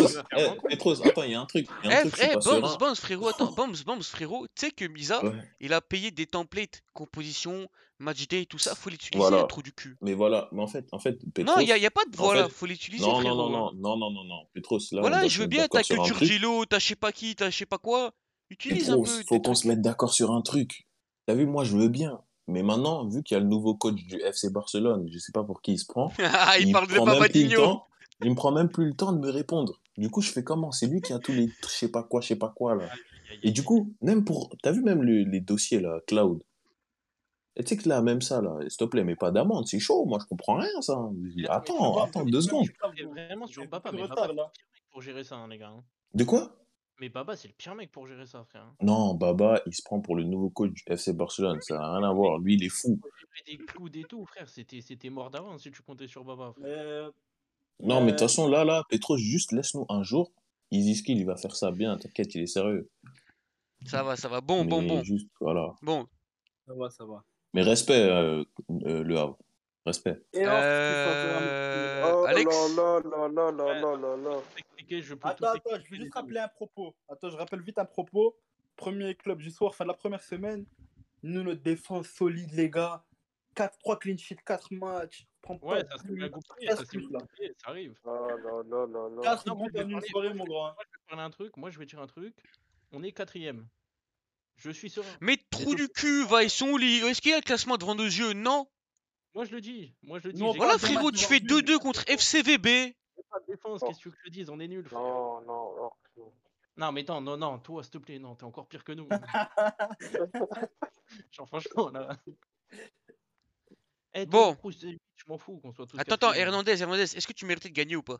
Petros, eh, Petros, attends, il y a un truc, il y a Eh, un truc, je suis frère, pas Bombs, serein. Bombs, frérot, attends, Bombs, Bombs, frérot, tu sais que Misa, hein. Ouais. il a payé des templates, composition, match day, tout ça, faut l'utiliser, Voilà. trou du cul. Mais voilà, mais en fait, en fait, Non, Petros, il n'y a, pas de en voilà, fait, faut l'utiliser, non, non, non, frérot. hein. non, non, non, non, non, Petros, là, on Voilà, doit je se veux mettre bien, t'as d'accord que sur un truc. Giurgilo, t'as je sais pas qui, t'as je sais pas quoi. Utilise un Petros, peu faut tes qu'on se trucs. mette d'accord sur un truc. T'as vu, moi, je veux bien. Mais maintenant, vu qu'il y a le nouveau coach du FC Barcelone, je sais pas pour qui il se prend, Ah, il il parle de prend même plus le Papadinho. temps, il me prend même plus le temps de me répondre. Du coup, je fais comment? C'est lui qui a tous les tr- je sais pas quoi, je sais pas quoi, là. Et du coup, même pour, t'as vu même le- les dossiers, là, cloud. Et tu sais que là, même ça, là, s'il te plaît, mais pas d'amende, c'est chaud, moi, je comprends rien, ça. Attends, attends deux secondes. C'est vraiment sur Papa, de hein. mais Papa, retard, c'est le pire mec pour gérer ça, hein, les gars. hein. De quoi? Mais Papa, c'est le pire mec pour gérer ça, frère. hein. Non, Baba, il se prend pour le nouveau coach du FC Barcelone, ça n'a rien à voir, lui, il est fou. Il y avait Des coups et tout, frère, c'était c'était mort d'avance si tu comptais sur Baba, frère. Non, Euh, mais de toute façon, là, là, Petros, juste laisse-nous un jour. Iziski, il va faire ça bien, t'inquiète, il est sérieux. Ça va, ça va, bon, bon, Mais bon. juste, voilà. Bon, Ça va, ça va. Mais respect, euh, euh, Le Havre. Respect. Et or, qui s'en fait un- euh, Oh Alex, là là là là là là là là. Attends, attends, je vais juste rappeler un propos. Attends, je rappelle vite un propos. Premier club du soir, fin de la première semaine. Nous, notre défense solide, les gars. 4, 3 clean sheet, 4 matchs. Prends Ouais, pas ça s'est de bien buts. goupillé, ça 4 s'est buts, bien là. goupillé, ça arrive. Oh là là là là. 4 Non, moi buts je vais en une parler- soirée, mon hein. grand. moi, je vais parler un truc, moi je vais dire un truc. On est quatrième. Je suis serein. mais Les trou autres- du cul, va et son lit. Est-ce qu'il y a le classement devant nos yeux? Non. Moi je le dis, moi je le dis. Nous, on j'ai Voilà, pas de frérot, défense, tu fais 2-2 contre FCVB. j'ai pas de défense, qu'est-ce que tu veux que je te dise, on est nul, frère. Non, non, non. Non, mais attends, non, non, toi, s'il te plaît, non, t'es encore pire que nous. Genre, franchement, là. Eh, Bon. Tom Cruise, je m'en fous qu'on soit tous Attends, attends, quatrième. Hernandez, Hernandez, est-ce que tu méritais de gagner ou pas?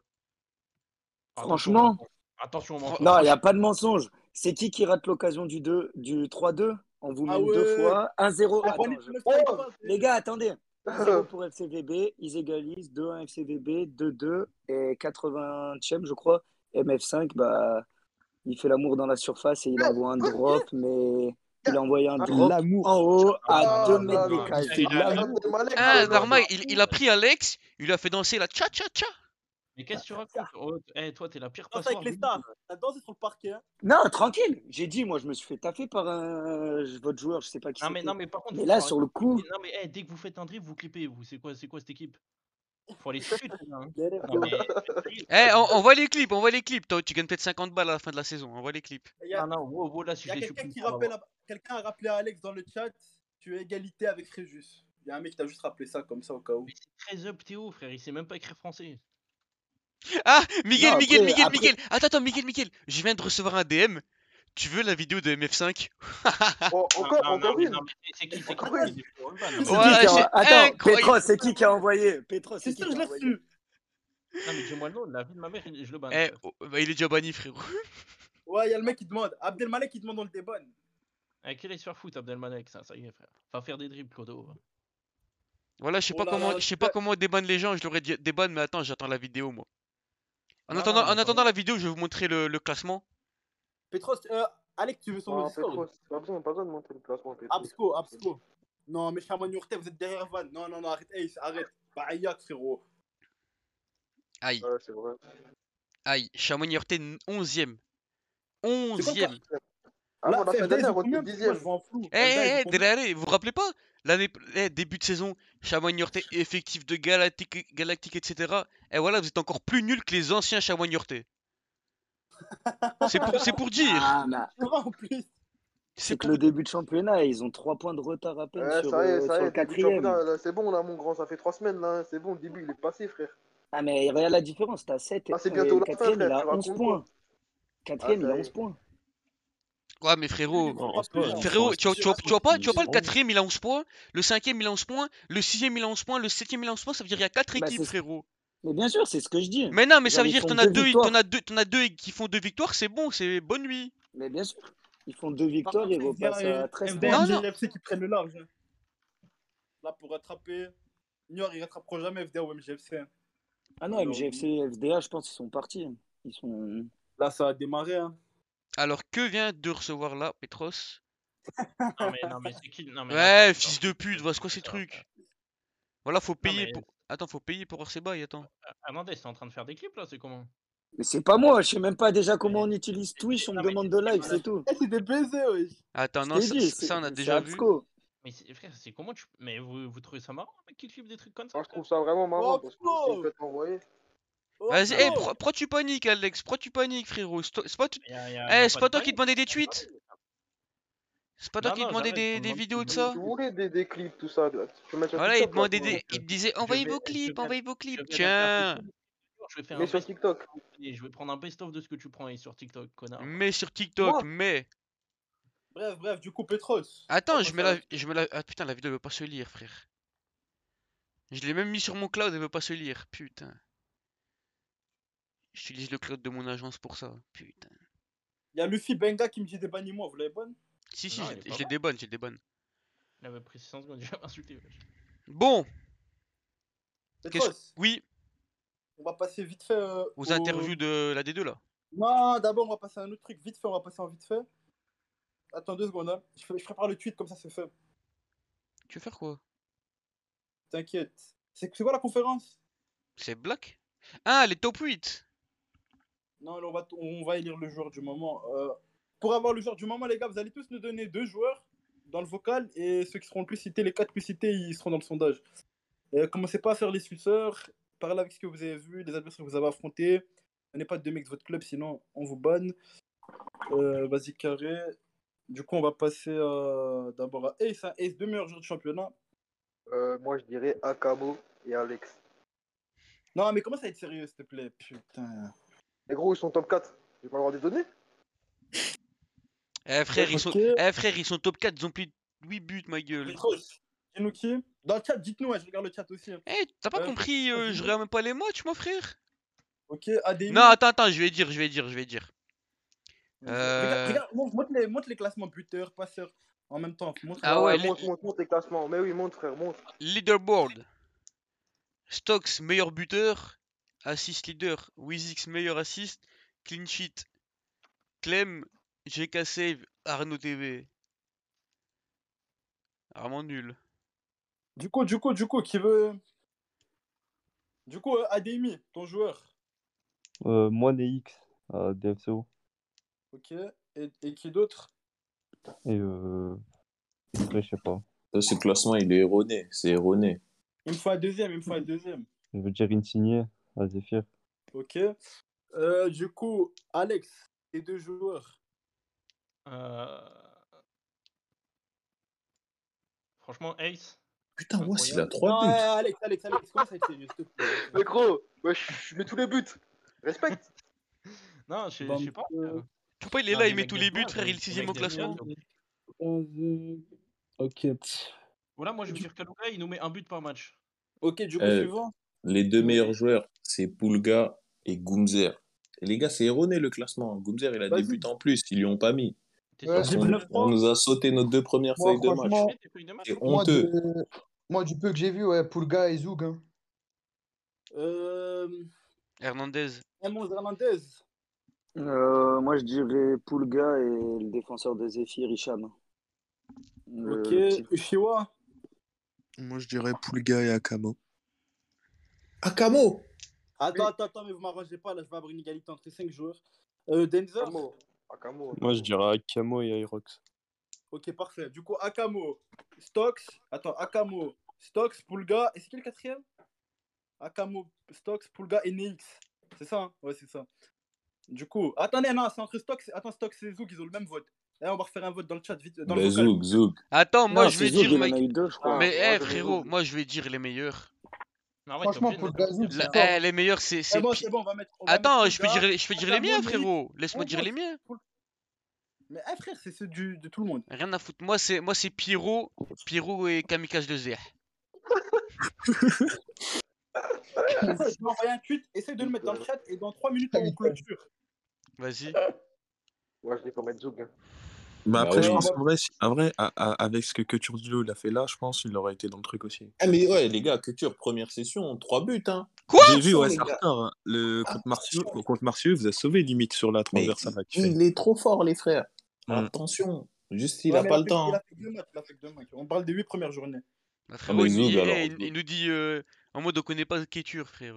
Franchement. Attention au mensonge. Non, il n'y a pas de mensonge. C'est qui qui rate l'occasion du 2, du 3-2 On vous Ah mène ouais. deux fois. 1-0. Ah, Attends, on est je- sur le Oh, final, c'est- les gars, attendez. Ah, 1-0 pour FCVB. Ils égalisent 2-1 FCVB, 2-2. Et 80e, je crois, MF5, bah, il fait l'amour dans la surface et il envoie un drop, mais il a envoyé un drop L'amour. en haut à Ah, 2 mètres non, des cages. c'est l'amour. Ah, Darma, il, il a pris Alex, il lui a fait danser la tcha tcha tcha. Mais qu'est-ce que tu racontes oh, eh, Toi, t'es la pire Danse passoire. avec les du stars. monde. La danse sur le parquet. hein. Non, tranquille. J'ai dit, moi, je me suis fait taffer par un... euh, votre joueur, je sais pas qui Non mais, c'était. non, mais par contre. Mais faut là, arrêter sur le de coup, clipper. Non, mais eh, dès que vous faites un dribble, vous clippez. Vous. C'est quoi, c'est quoi cette équipe Faut aller tuer, les gars. hein. Non, mais... Ah, Eh, on, on voit les clips, on voit les clips. Toi, tu gagnes peut-être 50 balles à la fin de la saison. On voit les clips. non, non, wow, wow, là, si Il y a je les tue quelqu'un plus, qui on va rappelle, voir. à- quelqu'un a rappelé à Alex dans le chat, tu es égalité avec Fréjus. Il y a un mec qui t'a juste rappelé ça comme ça au cas où. Très up Théo, frère, il sait même pas écrire français. Ah, Miguel, Non, Miguel, après- Miguel, après- Miguel. Attends, attends, Miguel, Miguel. Je viens de recevoir un DM. Tu veux la vidéo de MF5 Non, non, mais Ah, non, mais c'est qui, c'est qui qui est Théo Urban, non, mais- C'est qui qui a- Attends, Petros, c'est qui qui a envoyé Petros, c'est qui qui a envoyé Non, mais dis-moi le nom, de la vie de ma mère, je le banne. Eh, oh, bah, il est déjà banni, frérot. Ouais, il y a le mec qui demande. Abdelmalek qui demande on le débonne. Eh, quel est sur foot, Abdelmanek, ça, ça y est, frère. Va faire des dribbles, Kodo. Voilà, je sais Oh pas là comment, là, je sais pas comment on débanne les gens. Je leur ai dit débanne, mais attends, j'attends la vidéo, moi. En attendant, en attendant la vidéo, je vais vous montrer le, le classement. Petros, euh, Alex, tu veux son Non, autre score Petros, pas besoin, pas besoin de monter le classement, Ah, Petros. Absco, Absco. Non, mais Chaman Yurte, vous êtes derrière Van. Non, non, non, arrête, Ace, arrête. Bah, Ayak, frérot. Aïe. Ouais, c'est vrai. Aïe, Chamonix Horten 11ème. 11ème. Avant Ah, la FD, fin ils d'année, ont avant combien le Parce que moi, 10ème. je vais en flou. Eh, Elda, ils eh, ont eh, combien Delare, vous vous rappelez pas L'année, eh, début de saison, Chamois Niortais, effectif de Galactique, Galactique, etc. Et Eh, voilà, vous êtes encore plus nul que les anciens Chamois Niortais. C'est pour, c'est pour dire. Ah, mais C'est que le début de championnat, ils ont 3 points de retard à peine Ouais, sur, ça y est, euh, ça sur y le est, début de championnat, quatrième. là, c'est bon là mon grand, ça fait 3 semaines là, hein, c'est bon, le début il est passé frère. Ah, mais regarde la différence, t'as 7 Ah c'est et bientôt le la fin quatrième, il frère, a tu 11 racontes quoi points. Ah Quatrième, il ça a y 11 est. points. Ouais, mais frérot, Ils ont pas peur, frérot, ils sont tu, vois- tu vois- tu vois pas, tu vois pas le assurés. quatrième il a 11 points, le cinquième il a 11 points, le sixième il a 11 points, le septième il a 11 points, ça veut dire qu'il y a 4 Bah, équipes, c'est- frérot. Mais bien sûr, c'est ce que je dis. Mais non, mais ça Genre, veut ils dire que font t'en as deux deux, t'en victoires. as deux, t'en as deux qui font deux victoires, c'est bon, c'est bonne nuit. Mais bien sûr, ils font deux Par victoires contre, et il y repassent a à 13 points. Non, non. FC qui prennent le large. hein. Là, pour rattraper, Niort, il rattrapera jamais FDA ou MGFC. hein. Ah non, Alors, MGFC, FDA, je pense qu'ils sont partis. Ils sont. Là, ça a démarré. Hein. Alors que vient de recevoir là, Petros Non, mais, non, mais c'est qui Non, mais non, Ouais, c'est- fils de pute, voilà c'est quoi ces trucs Voilà, faut payer mais- pour. Attends, faut payer pour voir ses bails, attends. Hernandez, t'es en train de faire des clips là, c'est comment Mais c'est pas moi, je sais même pas déjà comment on utilise Twitch, on me demande de live, c'est tout. Eh, c'est des baisers, wesh. Attends, Je Ah non, t'ai ça, dit, ça- c'est ça, on a c'est déjà vu. Absco. Mais c'est- frère, c'est comment tu. Mais vous, vous trouvez ça marrant, mec, qui clip des trucs comme ça Moi Ah, je trouve ça vraiment marrant Oh, parce que c'est Flo une fête envoyée. Oh, Vas-y, eh, Flo pro- pourquoi tu paniques, Alex Pourquoi tu paniques, frérot C'est toi- c'est pas, tu- Euh, Y a- y a- y eh, a c'est pas pas de toi qui panique, demandais des y a pas de tweets C'est pas toi Non, qui non, demandais jamais, des, on des demande- vidéos on de demande ça Tu voulais des, des clips, tout ça. là. Tu peux mettre sur Voilà, il TikTok demandait maintenant. des... il disait envoyez vos clips, envoyez vos clips, euh, Je vais en tiens faire des clips, je vais faire un Mais sur best TikTok. et je vais prendre un best-of de ce que tu prends et sur TikTok, connard. Mais sur TikTok, Moi mais. Bref, bref, du coup, Petros. on Attends, va je passer mets à la. Je mets la... Ah putain, la vidéo elle veut pas se lire, frère. Je l'ai même mis sur mon cloud, elle veut pas se lire, putain. J'utilise le cloud de mon agence pour ça, putain. Il y a Luffy Benga qui me dit débannis-moi, vous l'avez bonne Si, si, Non, je elle est je pas les mal. débonne, je les débonne. Il avait pris 600 secondes, j'ai insulté. wesh. Bon, qu'est-ce Petros, Oui, on va passer vite fait euh, aux au- interviews de la D2 là. Non, d'abord, on va passer à un autre truc, vite fait, on va passer en vite fait. Attends deux secondes, hein. je, fais- je prépare le tweet comme ça, c'est fait. Tu veux faire quoi T'inquiète. C'est c'est quoi la conférence C'est Black Ah, les top 8 Non, là, on va, on va élire le joueur du moment. Euh, pour avoir le joueur du moment, les gars, vous allez tous nous donner deux joueurs dans le vocal et ceux qui seront le plus cités, les quatre plus cités, ils seront dans le sondage. Euh, commencez pas à faire les suceurs, parlez avec ce que vous avez vu, les adversaires que vous avez affrontés. N'ayez pas de mecs de votre club, sinon on vous banne. Euh, Vas-y, carré. Du coup, on va passer euh, d'abord à Ace, hein. Ace, deux meilleurs joueurs du championnat. Euh, moi je dirais Akamo et Alex. Non, mais commence à être sérieux, s'il te plaît. Putain. Les gros ils sont top 4. J'ai pas le droit de les donner Bah, Eh frère, ils sont... Ok. Eh frère, ils sont top 4, ils ont pris 8 buts, ma gueule. Petros, dis-nous qui Dans le chat, dites-nous, hein, je regarde le chat aussi. hein. Eh, t'as pas Euh, compris, euh, je regarde même pas les matchs, mon frère Ok, ADI. Non, attends, attends, je vais dire, je vais dire, je vais dire. Regarde, Euh, regarde, montre, montre les, montre les classements buteurs, passeurs en même temps. Montre Ah ouais, les- monte, monte, monte les classements. Mais oui, monte, frère, monte. Leaderboard. Stokes, meilleur buteur. Assist leader. Wizix, meilleur assist. Clean sheet. Clem, GK save. Arnaud TV. Vraiment nul. Du coup, du coup, du coup, qui veut. Du coup, euh, Ademi, ton joueur. Euh, moi, euh, Neix, à DFCO. Ok. Et, et qui d'autre Et euh... après, je sais pas. Ça, ce classement, il est erroné. C'est erroné. Il me faut un deuxième, il me faut un deuxième. Je veux dire Insigné à Zephyr. Ok. Euh, du coup, Alex, tes deux joueurs. Euh, Franchement, Ace. Putain, ouais, Incroyable. il a 3 Non, buts. eh, Alex, Alex, Alex, comment ça c'est juste Mais gros, ouais, je je mets tous les buts. Respecte. Non, je Bande je sais pas. euh, Pourquoi il est Non, là, mais euh, il met mec tous de les joie, buts, frère, mais il est c'est sixième mec au de classement. joie. Ok. Voilà, moi je veux dire Kalouka, il nous met un but par match. Ok, du coup, Euh, suivant. Les deux meilleurs joueurs, c'est Pulga et Goumzer. Et les gars, c'est erroné le classement. Goumzer, il a des Vas-y. buts en plus. Ils lui ont pas mis. T'es Parce sûr qu'on- on nous a sauté nos deux premières Moi, feuilles de match. franchement, C'est moi, honteux. de- moi, du peu que j'ai vu, ouais, Pulga et Zoug. hein. Euh. Hernandez. Hermos Hernandez. Euh, moi, je dirais Pulga et le défenseur de Zephyr, Hicham. Le- Ok, le petit- Uchiwa. Moi, je dirais Pulga et Akamo. Akamo Attends, attends, attends, mais vous m'arrangez pas, là, je vais avoir une égalité entre 5 joueurs. Euh, Denzer. Moi, je dirais Akamo et Irox. Ok, parfait. Du coup, Akamo, Stokes. Attends, Akamo, Stokes, Pulga. Et c'est qui le quatrième Akamo, Stokes, Pulga et Neix. C'est ça, hein Ouais, c'est ça. Du coup, attendez, non, c'est entre Stokes. Attends, Stokes et Zouk, ils ont le même vote. Eh, on va refaire un vote dans le chat, vite. Dans le Bah, Ben, vocal. Zouk, Zouk. Attends, moi Non, je vais c'est Zouk, dire, il en mec. a eu deux, je crois. Mais Moi, eh, j'avais frérot, Zouk. moi je vais dire les meilleurs. Franchement, Pulga et Zoug, La- c'est fort. eh, les meilleurs, c'est. c'est bon, pi- c'est bon, on va mettre. on va mettre Attends, je peux Pulga. dire, je peux dire les Akamo, miens, Neix. frérot. Laisse-moi On dire les vote. miens. Mais eh, frère, c'est ceux du, de tout le monde. Rien à foutre. Moi, c'est moi c'est Pierrot, Pierrot et Kamikaze 2 zr Attends, je vais envoyer un tweet. Essaye de le mettre dans le chat et dans 3 minutes, on clôture. Vas-y. Bah, Moi, je dis qu'on mette Zouk. hein. Mais Bah après, je ouais. pense, en vrai, si- en vrai à- à- avec ce que Couture a fait là, je pense qu'il aurait été dans le truc aussi. Ah, mais ouais, les gars, Couture, première session, 3 buts, hein. J'ai vu, Attention, ouais, les ça gars. Ah, repart. hein. Le contre Martial, Attention. contre Martial, vous a sauvé limite sur la Mais transversale là, qu'il fait. il est trop fort, les frères. Mm. Attention. Juste, il Ouais, a mais pas il a le fait, il temps. a fait deux matchs, il a fait deux matchs. On parle des 8 premières journées. Ah, Ah, frérot, mais il, Zoug, il- alors. eh, il- il nous dit euh, en mode on connaît pas Kétur, frère.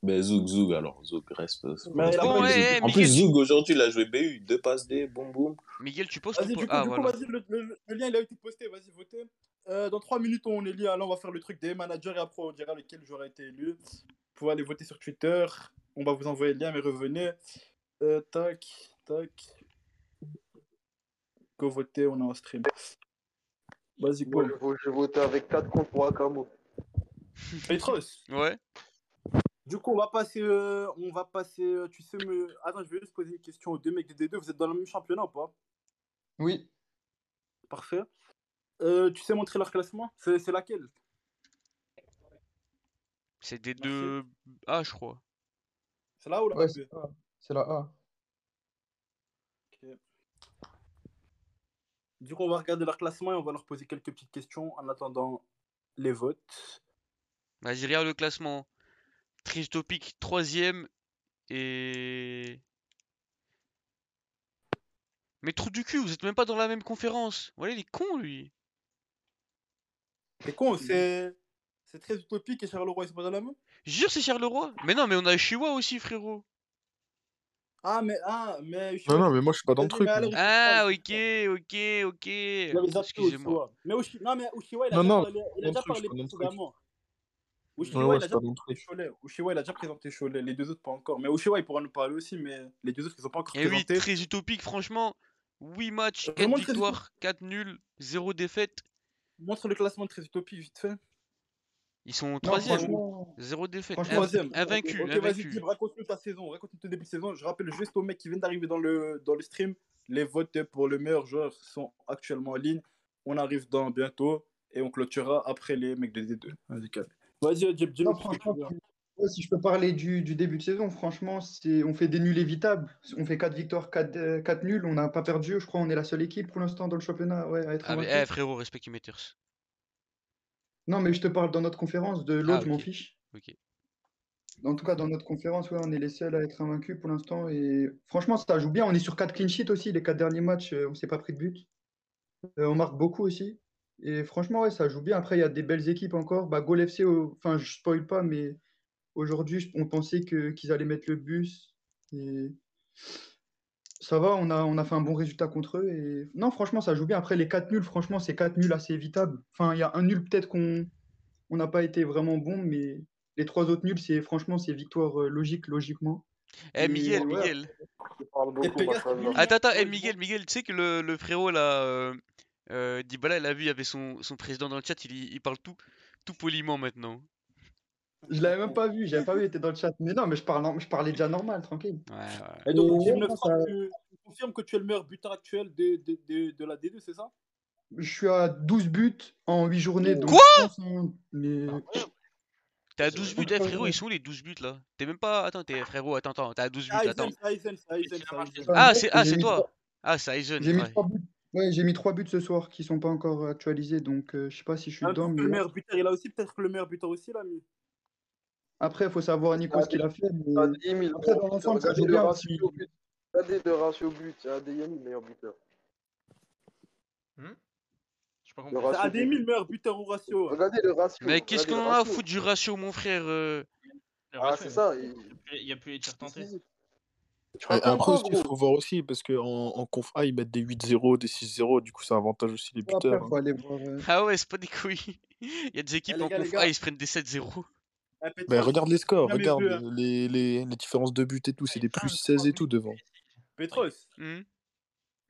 Ben, Zoug, Zoug, alors. Zoug, reste. Mais C'est il a respect, bon, pas eh, Zoug. eh, En plus, Miguel, tu... Zoug, aujourd'hui, il a joué BU. Deux passes D, boum, boum. Miguel, tu poses ton Vas-y, po- du coup, Ah, du coup, voilà. vas-y, le, le- le lien il a été posté, vas-y, votez. Euh, dans 3 minutes, on est lié. Là, on va faire le truc des managers et après, on dira lequel joueur a été élu. Vous pouvez aller voter sur Twitter. On va vous envoyer le lien, mais revenez. Euh, tac, tac. Go voter, on est en stream. Vas-y, Moi, go. je vais- je vais voter avec 4 contre pour Akamo. Petros, Ouais. du coup, on va passer. euh, on va passer. euh, tu sais, me... attends, je vais juste poser une question aux deux mecs des D2. Vous êtes dans le même championnat ou pas Oui, Parfait. Euh, tu sais montrer leur classement C'est c'est laquelle C'est des Merci. deux. Ah, je crois. C'est là ou là ouais, c'est la A. C'est la A. Du coup, on va regarder leur classement et on va leur poser quelques petites questions en attendant les votes. Vas-y, regarde le classement. Tristopic, troisième. Et. Mais trou du cul, vous êtes même pas dans la même conférence. Voilà, il est con, lui. C'est Mm. con, c'est c'est très utopique et Charleroi, ils sont pas dans la même Jure, c'est Charleroi. Mais non, mais on a Chihuahua aussi, frérot. Ah, mais, ah, mais je sais Non, pas non, si- mais moi, je suis pas dans le Vas-y, mais truc. alors, moi. ils sont trois, Ah, ils sont ok, trois. ok, ok. Je l'avais zappé, Excusez-moi. Ushiwa. Mais Ushi- Non, mais Ushiwa, il a Non, déjà non, parlé, il a je suis déjà pas dans le truc. Je suis parlé pas dans le truc. précédemment. Ouais, Ushiwa, ouais, il je a suis déjà pas dans le présenté truc. Cholet. Ushiwa, il a déjà présenté Cholet. Les deux autres, pas encore. Mais Ushiwa, il pourra nous parler aussi, mais les deux autres, ils ont pas encore Et Eh oui, présenté. très utopique, franchement. 8 matchs, 4 Vraiment très utopique. victoires, 4 nuls, 0 défaite. Montre le classement de très utopique, vite fait. Eh, Ils sont Non, 3ème, franchement, 0 défaite, franchement, inv- Troisième. invaincu, Ok, vas-y, bah, invaincu. Dib, raconte-nous ta saison, raconte-nous ton début de saison. Je rappelle juste aux mecs qui viennent d'arriver dans le, dans le stream, les votes pour le meilleur joueur sont actuellement en ligne. On arrive dans bientôt et on clôturera après les mecs de D2. Vas-y, calme. Vas-y, Dib, non, dis-nous tout ce que tu franchement, veux. Ouais, si je peux parler du, du début de saison, franchement, c'est, on fait des nuls évitables. On fait 4 victoires, 4, nuls. On n'a pas perdu. Je crois on est la seule équipe pour l'instant dans le championnat ouais, à être Ah, mais, invaincue. eh, frérot, respecte les Meters. Non, mais je te parle dans notre conférence. De l'autre, Ah, je m'en ok. fiche. Ok. En tout cas, dans notre conférence, ouais, on est les seuls à être invaincus pour l'instant. Et franchement, ça joue bien. On est sur 4 clean sheets aussi. Les 4 derniers matchs, euh, on ne s'est pas pris de but. Euh, on marque beaucoup aussi. Et franchement, ouais, ça joue bien. Après, il y a des belles équipes encore. Bah, Gol FC, au- enfin, je spoil pas, mais aujourd'hui, je- on pensait que, qu'ils allaient mettre le bus. Et ça va, on a, on a fait un bon résultat contre eux. Et... Non, franchement, ça joue bien. Après, les 4 nuls, franchement, c'est 4 nuls assez évitables. Enfin, il y a un nul peut-être qu'on on n'a pas été vraiment bon, mais les trois autres nuls, c'est franchement, c'est victoire euh, logique, logiquement. Eh, Et Miguel, ouais, Miguel. beaucoup, Pégase, ma femme, là. Attends, attends, eh, Miguel, Miguel, tu sais que le, le frérot là, euh, euh, Dybala, il a vu, il y avait son, son président dans le chat, il, il parle tout, tout poliment maintenant. Je l'avais même pas vu, j'avais pas vu, il était dans le chat. Mais non, mais je, parle, en- je parlais déjà normal, tranquille. Et donc, Et tu me ouais, le non, feras, ça- tu, tu confirmes que tu es le meilleur buteur actuel de, de, de, de la D2, c'est ça Je suis à 12 buts en 8 journées. Donc Quoi je pense, hein, mais... T'es à 12 buts, eh, Ouais. frérot, ils sont où les 12 buts là? T'es même pas. Attends, t'es frérot, attends, attends, t'es à 12 buts, attends. Aizen, Aizen, Aizen, Aizen. Ah, c'est ah, Ah, J'ai c'est mis toi! trois- Ah, c'est Aizen, J'ai mis ouais. 3 buts. Ouais, j'ai mis trois buts ce soir qui sont pas encore actualisés, donc euh, je sais pas si je suis Ah, dedans. peut-être que Mais... le meilleur buteur, il a aussi peut-être que le meilleur buteur aussi, l'ami. Après, il faut Ah, savoir Nico ce qu'il a fait. Mais... Après, dans l'ensemble, ça Regardez joue le bien. ratio au but. Regardez le ratio au but. C'est Adeyemi le meilleur buteur. Le ratio C'est Ademi but. le meilleur buteur au ratio. Regardez le ratio. Mais qu'est-ce regardez qu'on le en a à ratio. foutre du ratio, mon frère? euh Ah, c'est ça. il- Il n'y a plus les tirs tentés. Tu Et racontes après quoi, aussi, il gros faut voir aussi, parce qu'en en, en conf A, ils mettent des 8-0, des 6-0, du coup, ça avantage aussi les Après, buteurs. hein. faut aller voir. euh, Ah ouais, c'est pas des couilles. Il Eh, y a des équipes les en gars, les conf. gars. Ah, ils se prennent des 7-0. Ah, peut-être Ben, pas, je regarde les scores, bien mes regarde voeux, hein. les, les, les différences de but et tout, c'est des Ah, plus Ah, 16 et tout devant. Petros, Hmm?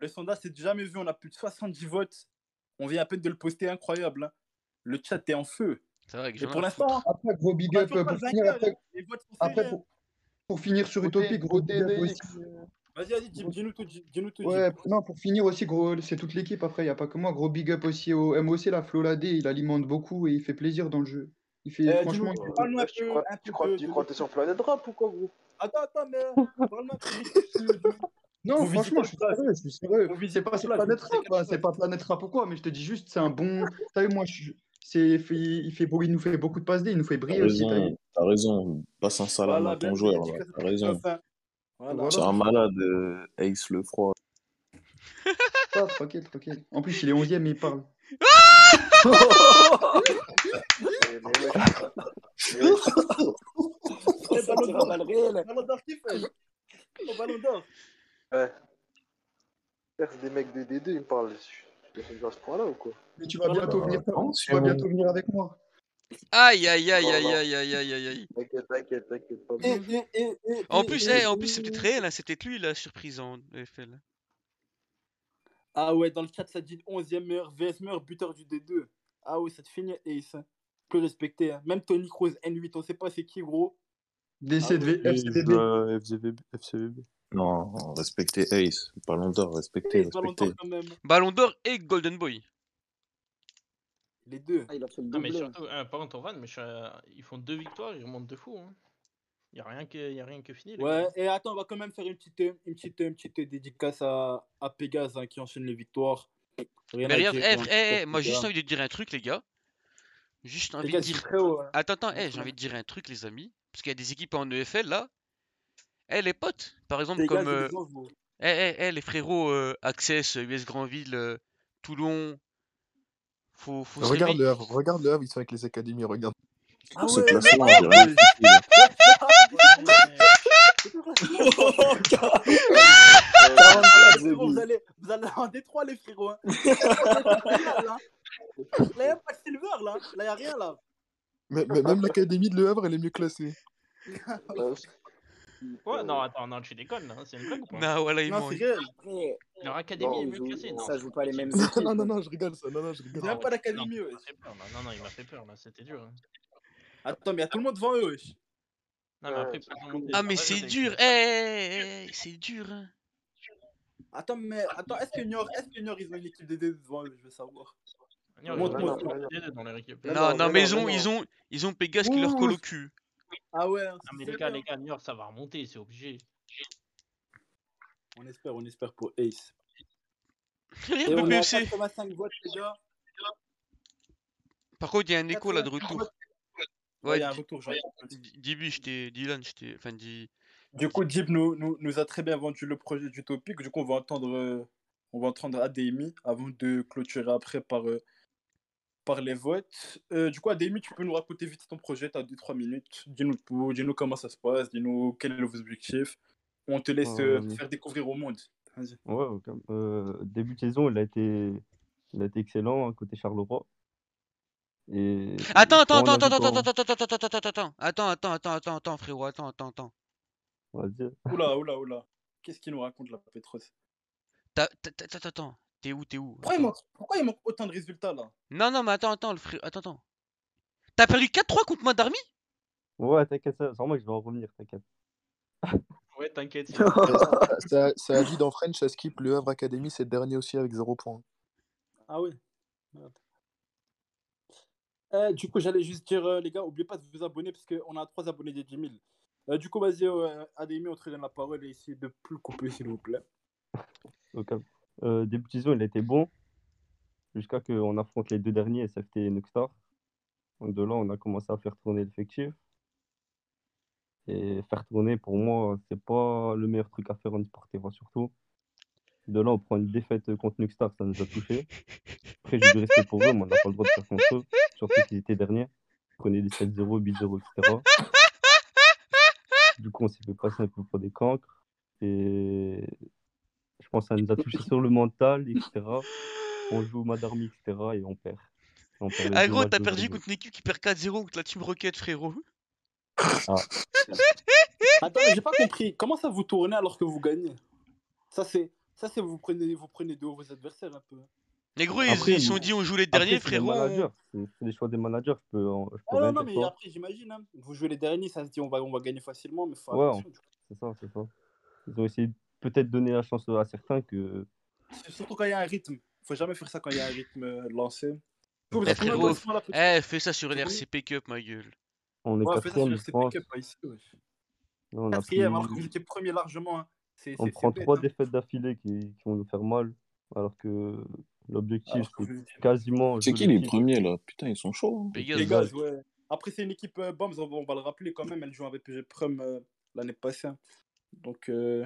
le sondage, c'est jamais vu. On a plus de 70 votes. On vient à peine de le poster, incroyable. hein. Le chat est en feu. C'est vrai que Et j'en ai pour rien à foutre. l'instant, Après, gros big on a up toujours euh, Bah, pas pour de finir. vainqueur. Après, Les votes sont hein. après serrés. pour, pour finir sur Utopic, gros big up aussi. euh, Vas-y, vas-y, Jim, dis-nous tout, Jim, dis-nous tout, Jim. Ouais, non, pour finir aussi, gros, c'est toute l'équipe. Après, il n'y a pas que moi. Gros big up aussi au MOC, la Flo Ladé, il alimente beaucoup et il fait plaisir dans le jeu. Il fait, Eh, franchement, dis-nous, il fait- parle-nous un Tu peu, crois, un tu peu crois, de, tu de crois que t'es sur Planet Rap ou quoi, gros Attends, attends, mais euh, parle-moi un peu du- Non, Vous visitez franchement, je suis sérieux, je suis sérieux. Vous C'est visitez pas sur la plage, vous Planète visitez Rap, hein, c'est pas Planète Rap ou quoi, mais je te dis juste, c'est un bon. T'as vu, moi, je... c'est... il fait- il fait beau, il nous fait beaucoup de passes D, il nous fait T'as briller aussi, t'as vu. raison, t'as raison. Passe un salam Voilà, à bien ton vu, joueur, là. dédicace à T'as ton raison. copain. Voilà. C'est Voilà, un malade, euh, Ace Lefroy. ça, tranquille, tranquille. En plus, il est 11ème et il parle. Eh, mais wesh. Mais wesh. Eh, ballon Sortir à d'or. balles réelles. Ballon d'or qui fait Au ballon d'or. Ouais. Frère, C'est des mecs de D2, ils me parlent. Je suis à ce point-là ou quoi Mais tu vas bientôt venir, tu vas Simon. bientôt venir avec moi. Aïe, aïe, aïe, Oh Non, aïe, non. aïe, aïe, aïe, aïe, aïe. T'inquiète, t'inquiète, t'inquiète pas. Eh, eh, eh, eh, En eh, plus, eh, eh, en plus, c'est peut-être eh. réel, hein, c'est peut-être lui la surprise en EFL. Ah ouais, dans le chat, ça dit 11e meilleur, VS meilleur buteur du D2. Ah ouais, ça te finit Ace. hein. Plus respecté. hein. Même Tony Kroos, N8, on sait pas c'est qui, gros. Ah ouais. DCV, FCDB. FCVB. Non, respectez Ace. Ballon d'or, respectez, Ace, ballon d'or respectez. quand même. Ballon d'or et Golden Boy. Les deux. Ah, il a fait le Non, mais doublé. surtout, euh, par contre, Oran, mais je suis, euh, ils font deux victoires, ils remontent de fou. Hein. Il n'y a, rien qui- y a rien que fini, les Ouais, gars. et attends, on va quand même faire une petite, une petite, une petite dédicace à, à Pégase hein, qui enchaîne les victoires. Rien Mais à regarde, dire. eh, hein. fr- eh, eh, moi Pégase. juste envie de dire un truc, les gars. Juste envie de Pégase, il est dire. très haut. hein. Attends, attends, Il est eh, j'ai très envie haut. de dire un truc, les amis. Parce qu'il y a des équipes en EFL là. Eh, les potes, par exemple, comme. Pégase, il euh, les envoie. Eh, eh, eh, les frérots, euh, Access, US Grandville, euh, Toulon. Faut, faut se Regarde réveiller. le Havre, regarde Euh, le Havre, ils sont avec les académies, regarde. Ah Ce ouais, classement, j'ai rien foutu, là. Ah, 44 c'est euh, de bon, vous bise. allez, vous allez en Détroit, les frérots. hein. Là, il n'y a là. Là, y a pas de silver, là. Là, il a rien, là. Mais, mais même l'académie de Le Havre, elle est mieux classée. euh, Quoi Non, attends, non, tu déconnes, là. C'est une blague ou pas Nah, voilà, il Non, c'est mange. réel. Après, Leur académie est non, mieux joue- classée. Non, ça c'est joue pas pas les mêmes possible. non, équipes. non, non, je rigole, ça, non, non, je Ils rigole. n'ont même Non, pas non, l'académie, il ouais. m'a fait peur, là. Non, non, il m'a fait peur, là. C'était dur. hein. Attends, mais il y a tout le monde devant eux, wesh. Non, mais après, ils peuvent remonter. Ah, Ils mais peuvent c'est remonter. dur, eh, eh, eh, c'est dur. hein. Attends, mais attends, est-ce que Niort, est-ce que Niort, ils ont une équipe des deux devant eux Je veux savoir. Non, ils ont Mais Montre-moi non, ça. mais non. deux dans leur équipe. Mais Non, non, non, mais non, mais ils mais ont, ils non. ont, ils ont Pégase qui leur colle Ouh, au cul. Ah ouais, hein, Ah, mais c'est les gars, bien. les gars, New York, ça va remonter, c'est obligé. On espère, on espère pour Ace. Rien Et de on est à BFC. 85 votes, les gars. Par contre, il y a un écho là de retour. Ouais, il y a un Di- retour, j'entends. Di- Dibu, je t'ai- Dylan, je t'ai- Enfin, Di- Du coup, Jib nous, nous, nous a très bien vendu le projet du topic. Du coup, on va entendre, euh, on va entendre ADMI avant de clôturer après par, euh, par les votes. Euh, du coup, ADMI, tu peux nous raconter vite ton projet. Tu as 2-3 minutes. Dis-nous tout, dis-nous comment ça se passe. Dis-nous quel est vos objectifs. On te laisse euh, Euh, faire découvrir au monde. Vas-y. Ouais, aucun- euh, début de saison, il a été, il a été excellent hein, côté Charleroi. Et Attends, quand Oh, attends, on a attends, vu attends, quand- attends, attends, attends, attends, attends, attends, attends, attends, attends, attends, attends, attends, frérot, attends, attends, attends. Vas-y. Oula, oula, oula. Qu'est-ce qu'il nous raconte, la Petros T'as- t'as- t'as- Attends, attends, t'es où, t'es où pourquoi il, manque, pourquoi il manque autant de résultats, là Non, non, mais attends, attends, le frérot, attends, attends. T'as perdu 4-3 contre moi d'Army Ouais, t'inquiète, ça- sans moi que je vais en revenir, t'inquiète. Ouais, t'inquiète. ça, ça- ça a dit dans French, ça skip le Havre Academy, c'est le dernier aussi avec 0 points. Ah oui. Merde. Euh, du coup, j'allais juste dire, euh, les gars, oubliez pas de vous abonner parce qu'on a 3 abonnés des 10 000. Euh, du coup, vas-y, euh, Ademi, on te donne la parole et essayez de plus couper, s'il vous plaît. Donc, euh, début de saison, il a été bon. Jusqu'à que on affronte les deux derniers, SFT et Nuxtar. Donc, de là, on a commencé à faire tourner l'effectif. Et faire tourner, pour moi, c'est pas le meilleur truc à faire en e-sport et moi, surtout. De là, on prend une défaite contre Nuxtar, ça nous a touché. Après, j'ai du respect pour eux, mais on n'a pas le droit de faire contre eux. Surtout qu'ils étaient derniers. On prenait des 7-0, 8-0, etc. Du coup, on s'est fait passer un peu pour des cancres. Et je pense que ça nous a touché sur le mental, etc. On joue au Madarmi, etc. Et on perd. On perd les Ah deux gros, matchs t'as perdu d'aujourd'hui. contre une équipe qui perd 4-0 contre la Team Rocket, frérot. Ah. Attends, mais j'ai pas compris. Comment ça vous tournez alors que vous gagnez Ça, c'est. Ça, c'est vous prenez, vous prenez de haut vos adversaires un peu. Les gros, ils Après, ils sont il- dit on joue les Après, derniers, c'est des frérot. on- managers. C'est c'est les choix des managers. Je peux, en- je peux Ah non, rien non, dire. mais quoi. après, j'imagine. hein. Vous jouez les derniers, ça se dit on va, on va gagner facilement, mais faut Ouais, attention. on- c'est ça, c'est ça. Ils ont essayé de peut-être donner la chance à certains que. C'est Surtout quand il y a un rythme. Faut jamais faire ça quand il y a un rythme euh, lancé. Tout, Eh parce que même frérot, quand ils sont là, peut-être- eh, fais ça sur Tu connais l'RCP Cup, ma gueule. On est Ouais, fais ça sur quatrième, je RCP pense. Cup, pas ici, ouais. Là, on a pris... Quatrième, alors que vous étiez premier largement. hein. C'est On c'est- prend c'est bête. trois hein. défaites d'affilée qui... qui vont nous faire mal. Alors que l'objectif, Alors que c'est vous- quasiment. C'est jouer qui les titre. premiers là Putain, ils sont chauds. hein. Les Pégase. gars, ouais. Après, c'est une équipe euh, Bombs, on va, on va le rappeler quand même. Elle joue avec PG Prum euh, l'année passée. hein. Donc, euh,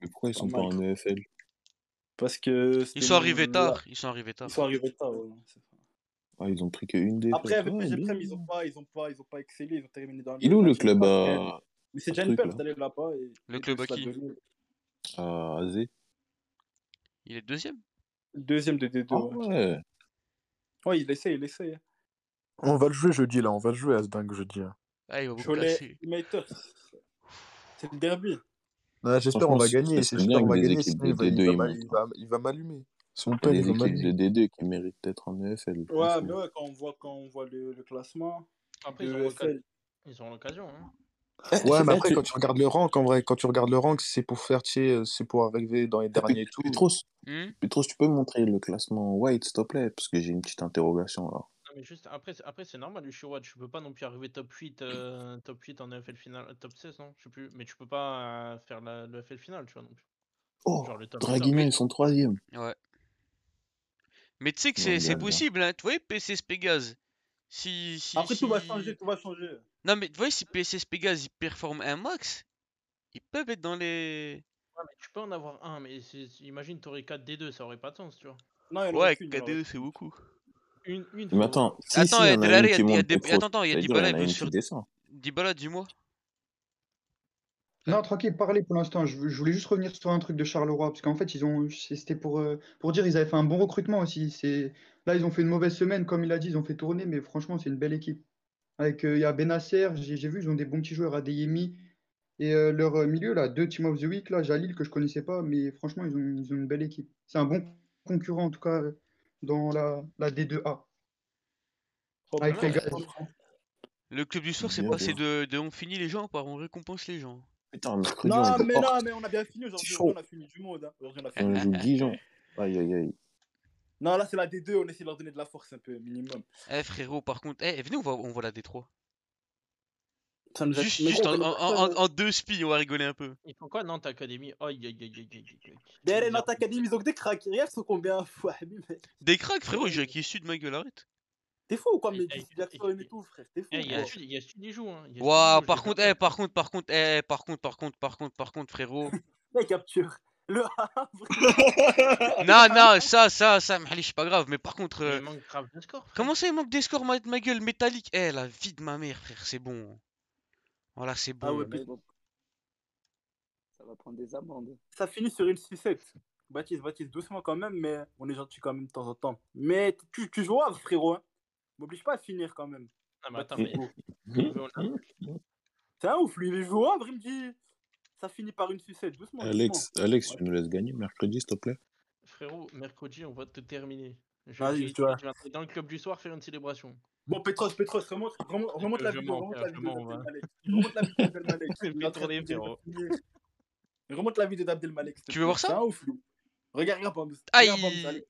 Mais pourquoi ils pas sont pas mal. en EFL Parce que Ils c'était sont arrivés une- tard, ils sont arrivés Ils tard. sont arrivés tard. ouais. Ah, ils ont pris qu'une défaite. Après, avec Ouais, PG bien. Prem, ils n'ont pas, ils ont pas, ils ont pas excellé. Ils ont terminé dans Il est où le dans- club après. à, Mais c'est à déjà une truc perte là d'aller là-bas et, Le et club de à se la qui donner. À Azé Il est deuxième Deuxième de D2. Ah Ouais, ouais. Ouais, il essaie, il essaie. On va le jouer jeudi là, on va le jouer à ce dingue jeudi. hein. Ah, il va vous Cholet, casser. United. C'est le derby. Ouais, Ah, J'espère Franchement, on va ce serait gagner, c'est serait j'espère bien on que va des gagner, équipes sinon de il va, il D2 va, ils m'a- montent. il va, il va m'allumer. Son Il y père, a il des va équipes de m'allumer. D2 qui méritent d'être en EFL, Ouais, mais franchement. ouais, quand on voit, quand on voit le, le classement Après, ils de ont l'occasion. FL. Ils ont l'occasion. Hein. Eh, Ouais, c'est- mais eh, après, tu- quand tu regardes le rank, en vrai, quand tu regardes le rank, c'est pour faire, tu sais, euh, c'est pour arriver dans les derniers et tout. Petros, Hmm Petros, tu peux me montrer le classement White, s'il te plaît, parce que j'ai une petite interrogation là. Non, mais juste après, c'est- après c'est normal, Ushua. Tu peux pas non plus arriver top 8, euh, top 8 en EFL finale, euh, top 16, non? Je sais plus. Mais tu peux pas euh, faire la, le EFL finale, tu vois, non plus. Oh, Genre le top top. Draguignan, Mais, ils sont troisième. ouais. Mais tu sais que Non, c'est c'est bien, bien. possible, hein. Tu vois, PCS Pégase. Si, si, Après, tout va changer, si. tout va changer. Non, mais tu vois, si PCS Pégase il performe un max, ils peuvent être dans les. Ouais, mais tu peux en avoir un, mais c'est- c'est- imagine t'aurais 4 D2, ça aurait pas de sens, tu vois. Non, il n'y en aurait Ouais, qu'une, il n'y en aurait 4D2, c'est beaucoup. Une, une Mais faudrait. attends, si, Attends, si, il y eh, en a Delare, une il y a, qui y a monte, des... Petros. Attends, attends, il y a T'as dire, il y Dybala, en il a veut une se qui faire... descend. Dybala, dis-moi. Non, tranquille, parlez pour l'instant. Je, je voulais juste revenir sur un truc de Charleroi, parce qu'en fait, ils ont, c'était pour, euh, pour dire, ils avaient fait un bon recrutement aussi. C'est, là, ils ont fait une mauvaise semaine, comme il a dit, ils ont fait tourner, mais franchement, c'est une belle équipe. Avec, euh, il y a Benasser, j'ai j'ai vu, ils ont des bons petits joueurs, Adeyemi, et euh, leur euh, milieu là, deux Team of the Week là, Jalil que je connaissais pas, mais franchement, ils ont, ils ont une belle équipe. C'est un bon concurrent en tout cas euh, dans la, la D2A Oh, avec putain, les Ouais. gars. je comprends. Le club du soir, c'est Bien, passé bien. de, de on finit les gens par on récompense les gens. Putain, mercredi, on Non, mais porte. non, mais on a bien fini C'est aujourd'hui. Aujourd'hui, chaud. on a fini du monde. hein. Aujourd'hui, on a fini On du joue monde. Dijon. Aïe, aïe, aïe. Non, là, c'est la D2. On essaie de leur donner de la force un peu, minimum. Eh frérot, par contre, eh venez, on voit, on voit la D3. Ça nous a- Juste, mais juste gros, en, on en- a personne. en- en deux spins, on va rigoler un peu. Ils font quoi Nantes Academy Aïe aïe aïe aïe aïe aïe. Derrière Nantes Academy, ils ont que des cracks. Regarde, ils sont combien Ouah, mais mec, Des cracks, frérot, j'ai qui est sud, ma gueule, arrête. T'es fou ou quoi Mais Jesse Jackson et tout, frère. T'es fou. Eh, Il y a quoi. Sud- il y a Sud qui joue. hein. Il y a Sud qui Waouh, joue, je par l'ai contre, pas eh, par contre, par contre, eh, par contre, par contre, par contre, par contre, frérot. La capture. Le Havre. Non, non, ça, ça, ça, Mahali, c'est pas grave, mais par contre. Mm. euh, manque grave de score. Comment ça, il manque des scores, ma, ma gueule, métallique Eh, la vie de ma mère, frère, c'est bon. Voilà, c'est bon. Ah ouais, mais- Ça va prendre des amendes. Ça finit sur une sucette. Baptiste, Baptiste, doucement quand même, mais on est gentil quand même de temps en temps. Mais tu, tu joues au Havre, frérot. hein. M'oblige pas à finir quand même. Ah, Bah, mais attends, Baptiste mais- Beau. Bah, C'est un ouf, lui, il joue au Havre, il me dit. Ça finit par une sucette, doucement. Alex, Alex, tu nous laisses gagner mercredi, s'il te plaît. Frérot, mercredi, on va te terminer. Je, Vas-y, je- tu vois. je viendrai dans le club du soir faire une célébration. Bon, Petros, Petros, remonte, remonte, remonte la Je vidéo, m'en remonte vais, la je vidéo m'en d'Abdel vais. Malek. Remonte la vidéo d'Abdel Malek. Je vais Il est en train de tourner, nous dire frérot. de signer. Remonte la vidéo d'Abdel Malek. s'il te Tu veux voir plaît. ça C'est un ouf, lui. Regarde, regarde, Bambus. Aïe Regarde, Bambus, allez.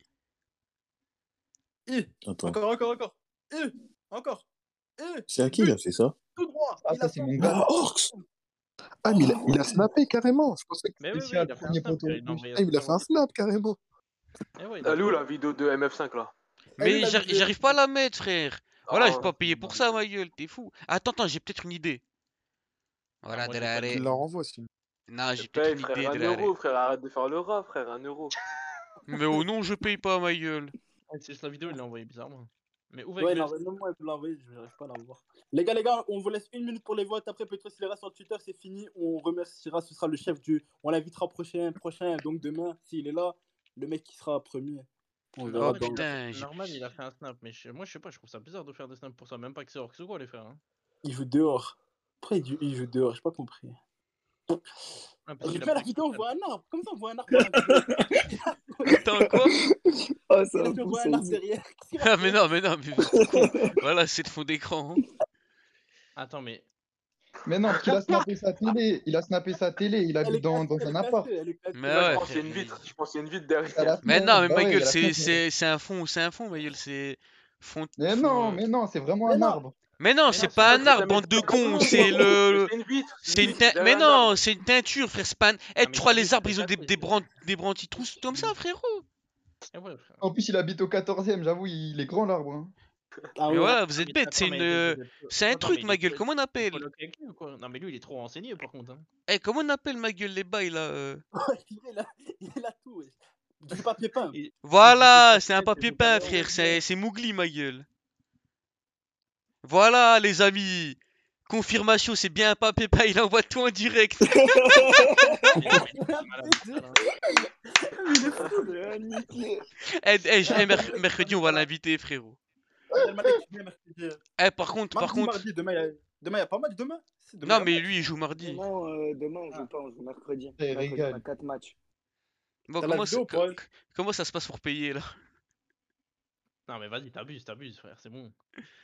Hi, Attends. Encore, encore, encore. Hi, Encore. Hi, C'est à qui il a fait ça Tout droit. Ah, ça, c'est mon gars. Ah, Orx Ah, mais il a, il a snappé carrément. Je pensais que Mais oui, oui, Spécial, il a fait un premier snap, poteau. il a envoyé un ah, il a snap. fait un snap carrément. Eh ouais, il a Elle est où fait- la vidéo de MF5 là Mais la j'ar- vidéo. j'arrive pas à la mettre, frère. Voilà, Ah, Oh, j'ai pas payé pour ça, ma gueule, t'es fou. Attends, attends, j'ai peut-être une idée. Ah, Voilà, de la Il la renvoie sinon. Non, j'ai peut-être Paye une frère, idée, 1 de la euro, frère, arrête de faire le rat, frère, 1 euro. Mais oh non, je paye pas, ma gueule. Ouais, C'est juste la vidéo, il l'a envoyé bizarrement. Mais où va Ouais, le- non, même moi, il me l'a envoyé, je n'arrive pas à l'avoir. Les gars, les gars, on vous laisse une minute pour les votes. Après, Petros, il ira sur Twitter, c'est fini. On remerciera, ce sera le chef du. On l'invitera prochain, prochain, donc demain, s'il est là, le mec qui sera premier. On verra Oh dans- putain, j'ai- Normal, il a fait un snap, mais je- moi je sais pas, je trouve ça bizarre de faire des snaps pour ça, même pas que c'est Orcs ou quoi, les frères. hein. Il joue dehors. Après, il joue- il joue dehors, j'ai pas compris. Ah, parce J'ai qu'il a fait pas la de vidéo, on social. voit un arbre. Comme ça, on voit un arbre. dans la vidéo. Attends, quoi Oh, Ah, Il a fait, on voit un arbre derrière. Ah, mais non, mais non, mais vous êtes con. Voilà, c'est le fond d'écran. hein. Attends, mais. Mais non, parce qu'il a snappé sa télé. Il a snappé sa télé. Il Elle est habite dans, dans un appart. cassée, elle est cassée. Mais Là, ouais, je pense qu'il y a frère. une mais- vitre, je pense qu'il y a une vitre À la derrière. Mais fenêtre, non, mais bah ma ouais, il y gueule, a la c'est fenêtre. c'est- c'est un fond, c'est un fond, ma gueule, c'est fond. Mais fond, non, euh. mais non, c'est vraiment Mais un non. arbre. Mais non, Mais c'est non, pas c'est pas un que arbre, t'as mis bande de ta main cons, dedans. c'est le. C'est une vitre, c'est C'est une une vitre teint- Mais derrière un arbre. non, c'est une teinture, frère, c'est pas un- Eh, Ah, mais tu c'est crois, une les vitre arbres, de ils ont des, cassé, des, c'est- branches des branches qui troussent comme ça, frérot. Eh ouais, frère. En plus, il habite au 14e, j'avoue, il est grand l'arbre. hein. Mais Ah ouais. voilà, vous Ah, êtes mais bête, c'est attends, une. mais vous euh, êtes. C'est un Attends, mais truc, il est ma gueule, co- comment on il est appelle coloc avec lui ou quoi Non, mais lui, il est trop renseigné par contre. hein. Eh, comment on appelle, ma gueule, les bails, là euh Il a, il a tout, wesh. Du papier peint. Il... il joue des Voilà, c'est un casquettes, il papier joue pas peint, dehors. frère, c'est c'est Mougli, ma gueule. Voilà, les amis. Confirmation, c'est bien un papier peint, il envoie tout en direct. Mais non, mais il est malade mental, hein. Il est fou, lui. Ah, niqué. Eh, eh, je- eh, Abdel merc- Malek, mercredi, on va l'inviter, frérot. Abdel Malek, tu viens mercredi. Eh, par contre, par Mardi, contre. mardi, demain, il y a, demain, il y a pas match. Demain, Si, demain, il Non, y a mais match. lui, il joue mardi. Demain, euh, demain, on Ah. joue pas, on joue mercredi. Eh, Mercredi, on a régale. 4 matchs. Bon, T'as la comment ça, vidéo ou pas co- comment ça se passe pour payer, là Non, mais vas-y, t'abuses, t'abuses, frère, c'est bon.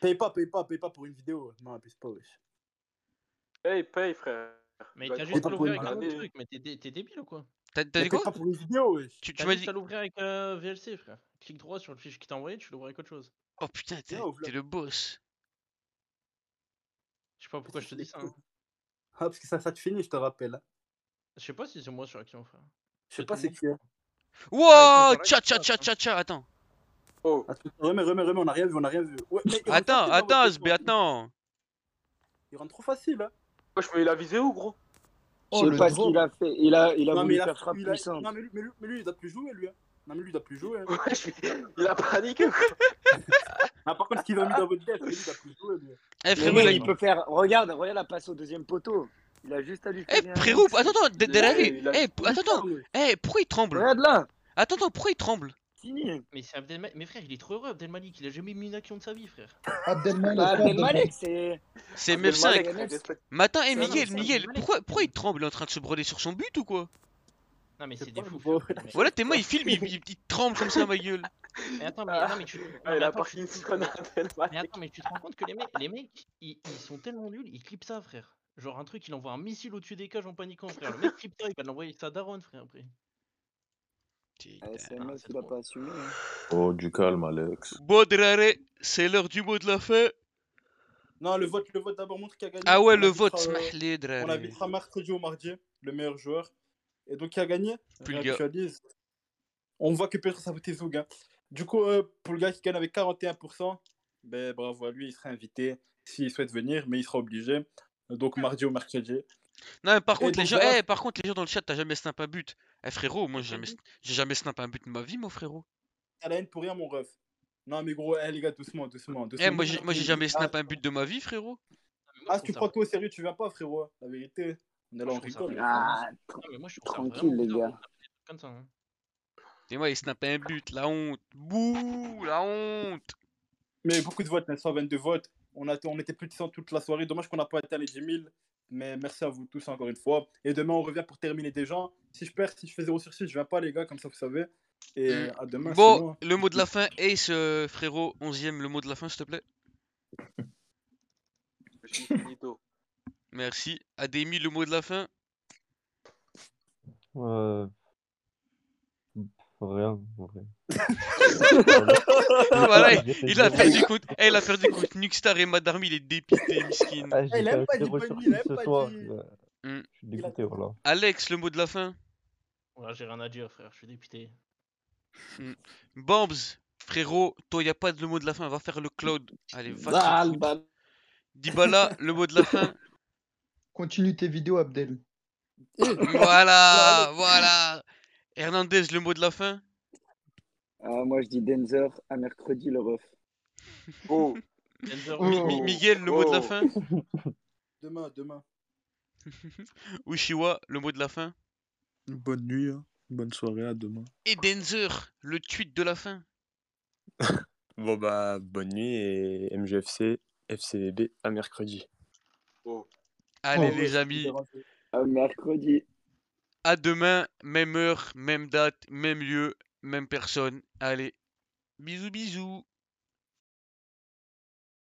Paye pas, paye pas, paye pas pour une vidéo. Non, abuse pas, wesh. Paye, paye, frère. Mais Bah, Tu vas t'as te juste prendre à pas pour l'ouvrir une une avec un autre maladie. truc, mais t'es dé- t'es débile ou quoi T'as t'as Mais dit paye quoi pas pour une vidéo, wesh. Tu, tu T'as m'as juste dit. à l'ouvrir avec euh, VLC, frère. Clique droit sur le fichier qui t'a envoyé, tu l'ouvres avec autre chose. Oh putain, Viens, t'es ouvre t'es le boss. Je sais pas pourquoi je te dis ça. hein. Ah, parce que ça, ça te finit, je te rappelle. hein. Je sais pas si c'est moi sur Action, frère. Je sais C'est pas tout le c'est monde. qui. hein. Ah, ils sont Wow encore là, ils Tcha sont tcha là, tcha putain. tcha tcha Attends. Oh, Attends, Ah, remets, remets, remets, on a rien vu, on a rien vu. Ouais, mais il rentre Attends, facile dans votre attends, Sb, défense. attends. Il rentre trop facile, hein. moi je peux la viser où, gros Je Oh, sais le pas ce qu'il drop. a fait. Il a, il a Non, mais voulu il a. faire frappe il a- hein. puissante. Non, mais lui, mais, lui, mais lui, il doit plus jouer, lui. hein. Non, mais lui, il doit plus jouer. hein. Ouais, je- Il a paniqué, ou quoi Ah, par contre, ce qu'ils ont mis dans votre def, mais lui, il doit plus jouer, lui. Eh Mais frérot, non, il a. il peut faire. Regarde, regarde la passe au deuxième poteau. Il a juste à lui Eh filer un frérot, mix. attends, attends, Il de- a- derrière lui. il a- Eh, On p- attends, attends. l'enferme, wesh. Eh, pourquoi il tremble Regarde là. Attends, attends, pourquoi il tremble Fini. Mais c'est Abdel Mais frère, il est trop heureux, Abdelmalik. Il a jamais mis une action de sa vie, frère. Abdelmalek, Bah, pas Abdelmalek. Abdelmalek, c'est. Ah, C'est Abdelmalek, MF5. C'est frère, MF. respecte. Mais attends, eh Non, non, mais Miguel, c'est Miguel, Abdelmalek. pourquoi, pourquoi il tremble Il est en train de se broder sur son but ou quoi Non, mais Je sais c'est des pas, fous, gros. frère. Non, mais... Voilà, tes mains, il filme, il, il- il tremble comme ça, ma gueule. mais attends, mais, non, Ah, mais tu. ah, Non, il mais a attends, tu. parti une tu- citronne à Abdel Mais attends, Malek. mais tu te rends compte que les mecs, les mecs, ils, ils sont tellement nuls, ils clipent ça, frère. Genre un truc, il envoie un missile au-dessus des cages en paniquant, frère. Le mec clip ça, il va l'envoyer avec sa daronne, frère, après. Ouais, c'est Putain. Ah, MF, c'est il a trop. pas assumé. hein. Oh, du calme, Alex. Bon, Draré, c'est l'heure du mot de la fin. Non, le vote, le vote d'abord montre qui a gagné. Ah ouais, On le invitera, vote, euh, smahlé, draré. On invitera mercredi ou mardi le meilleur joueur. Et donc, qui a gagné Pulga. Réactualise. On voit que Petros a voté Zoug. hein. Du coup, euh, pour le gars qui gagne avec 41%, ben, bravo à lui, il sera invité s'il souhaite venir, mais il sera obligé. Donc, mardi ou mercredi. Non, mais par Et contre, les donc, gens, voilà. eh, par contre, les gens dans le chat, t'as jamais snap un but. Eh frérot, moi j'ai jamais, Mm-hmm. j'ai jamais snap un but de ma vie, mon frérot. T'as la haine pour rien, mon ref. Non, mais gros, eh, les gars, doucement, doucement. doucement Eh, moi j'ai moi, j'ai jamais snap un but de ma vie, frérot. Ah, si tu prends toi au sérieux, tu viens pas, frérot. La vérité. On est là, on rigole. Ah, tranquille, les gars. Comme ça, hein. Et moi, il snap un but, la honte. Bouh, la honte. Mais beaucoup de votes, hein, 122 votes. On, a, on était plus de 100 toute la soirée. Dommage qu'on n'a pas atteint les 10 000. Mais merci à vous tous encore une fois. Et demain, on revient pour terminer des gens. Si je perds, si je fais 0 sur 6, je viens pas, les gars, comme ça, vous savez. Et Mm. à demain. Bon, sinon. le mot de la fin, Ace, euh, frérot, 11ème, le mot de la fin, s'il te plaît. Merci. Adémi, le mot de la fin. Euh, Rien, en vrai. voilà, il- J'ai fait il a zéro. perdu contre, eh, il a perdu contre Nuxstar et Madarmi, il est dépité, miskin. Ah, j'ai fait zéro sur six ce soir. ouais. Hmm. Je suis dégoûté, voilà. Alex, le mot de la fin. Ouais, j'ai rien à dire, frère, je suis dépité. Hmm. Bambs, frérot, toi, y a pas de le mot de la fin, va faire le cloud. Allez, va te Ah, faire foutre. Dybala, le mot de la fin. Continue tes vidéos, Abdel. Voilà, voilà. Hernandez, le mot de la fin. Ah, moi, je dis Denzer à mercredi, le ref. Oh. Mi- Oh. Mi- Miguel, le mot de la fin. Demain, demain. Ushiwa, le mot de la fin. Bonne nuit, hein. bonne soirée, à demain. Et Denzer, le tweet de la fin. Bon, bah, bonne nuit et MGFC, FCVB à mercredi. Allez, Oh, les ouais, amis, À mercredi. à demain, même heure, même date, même lieu, même personne. Allez, bisous, bisous.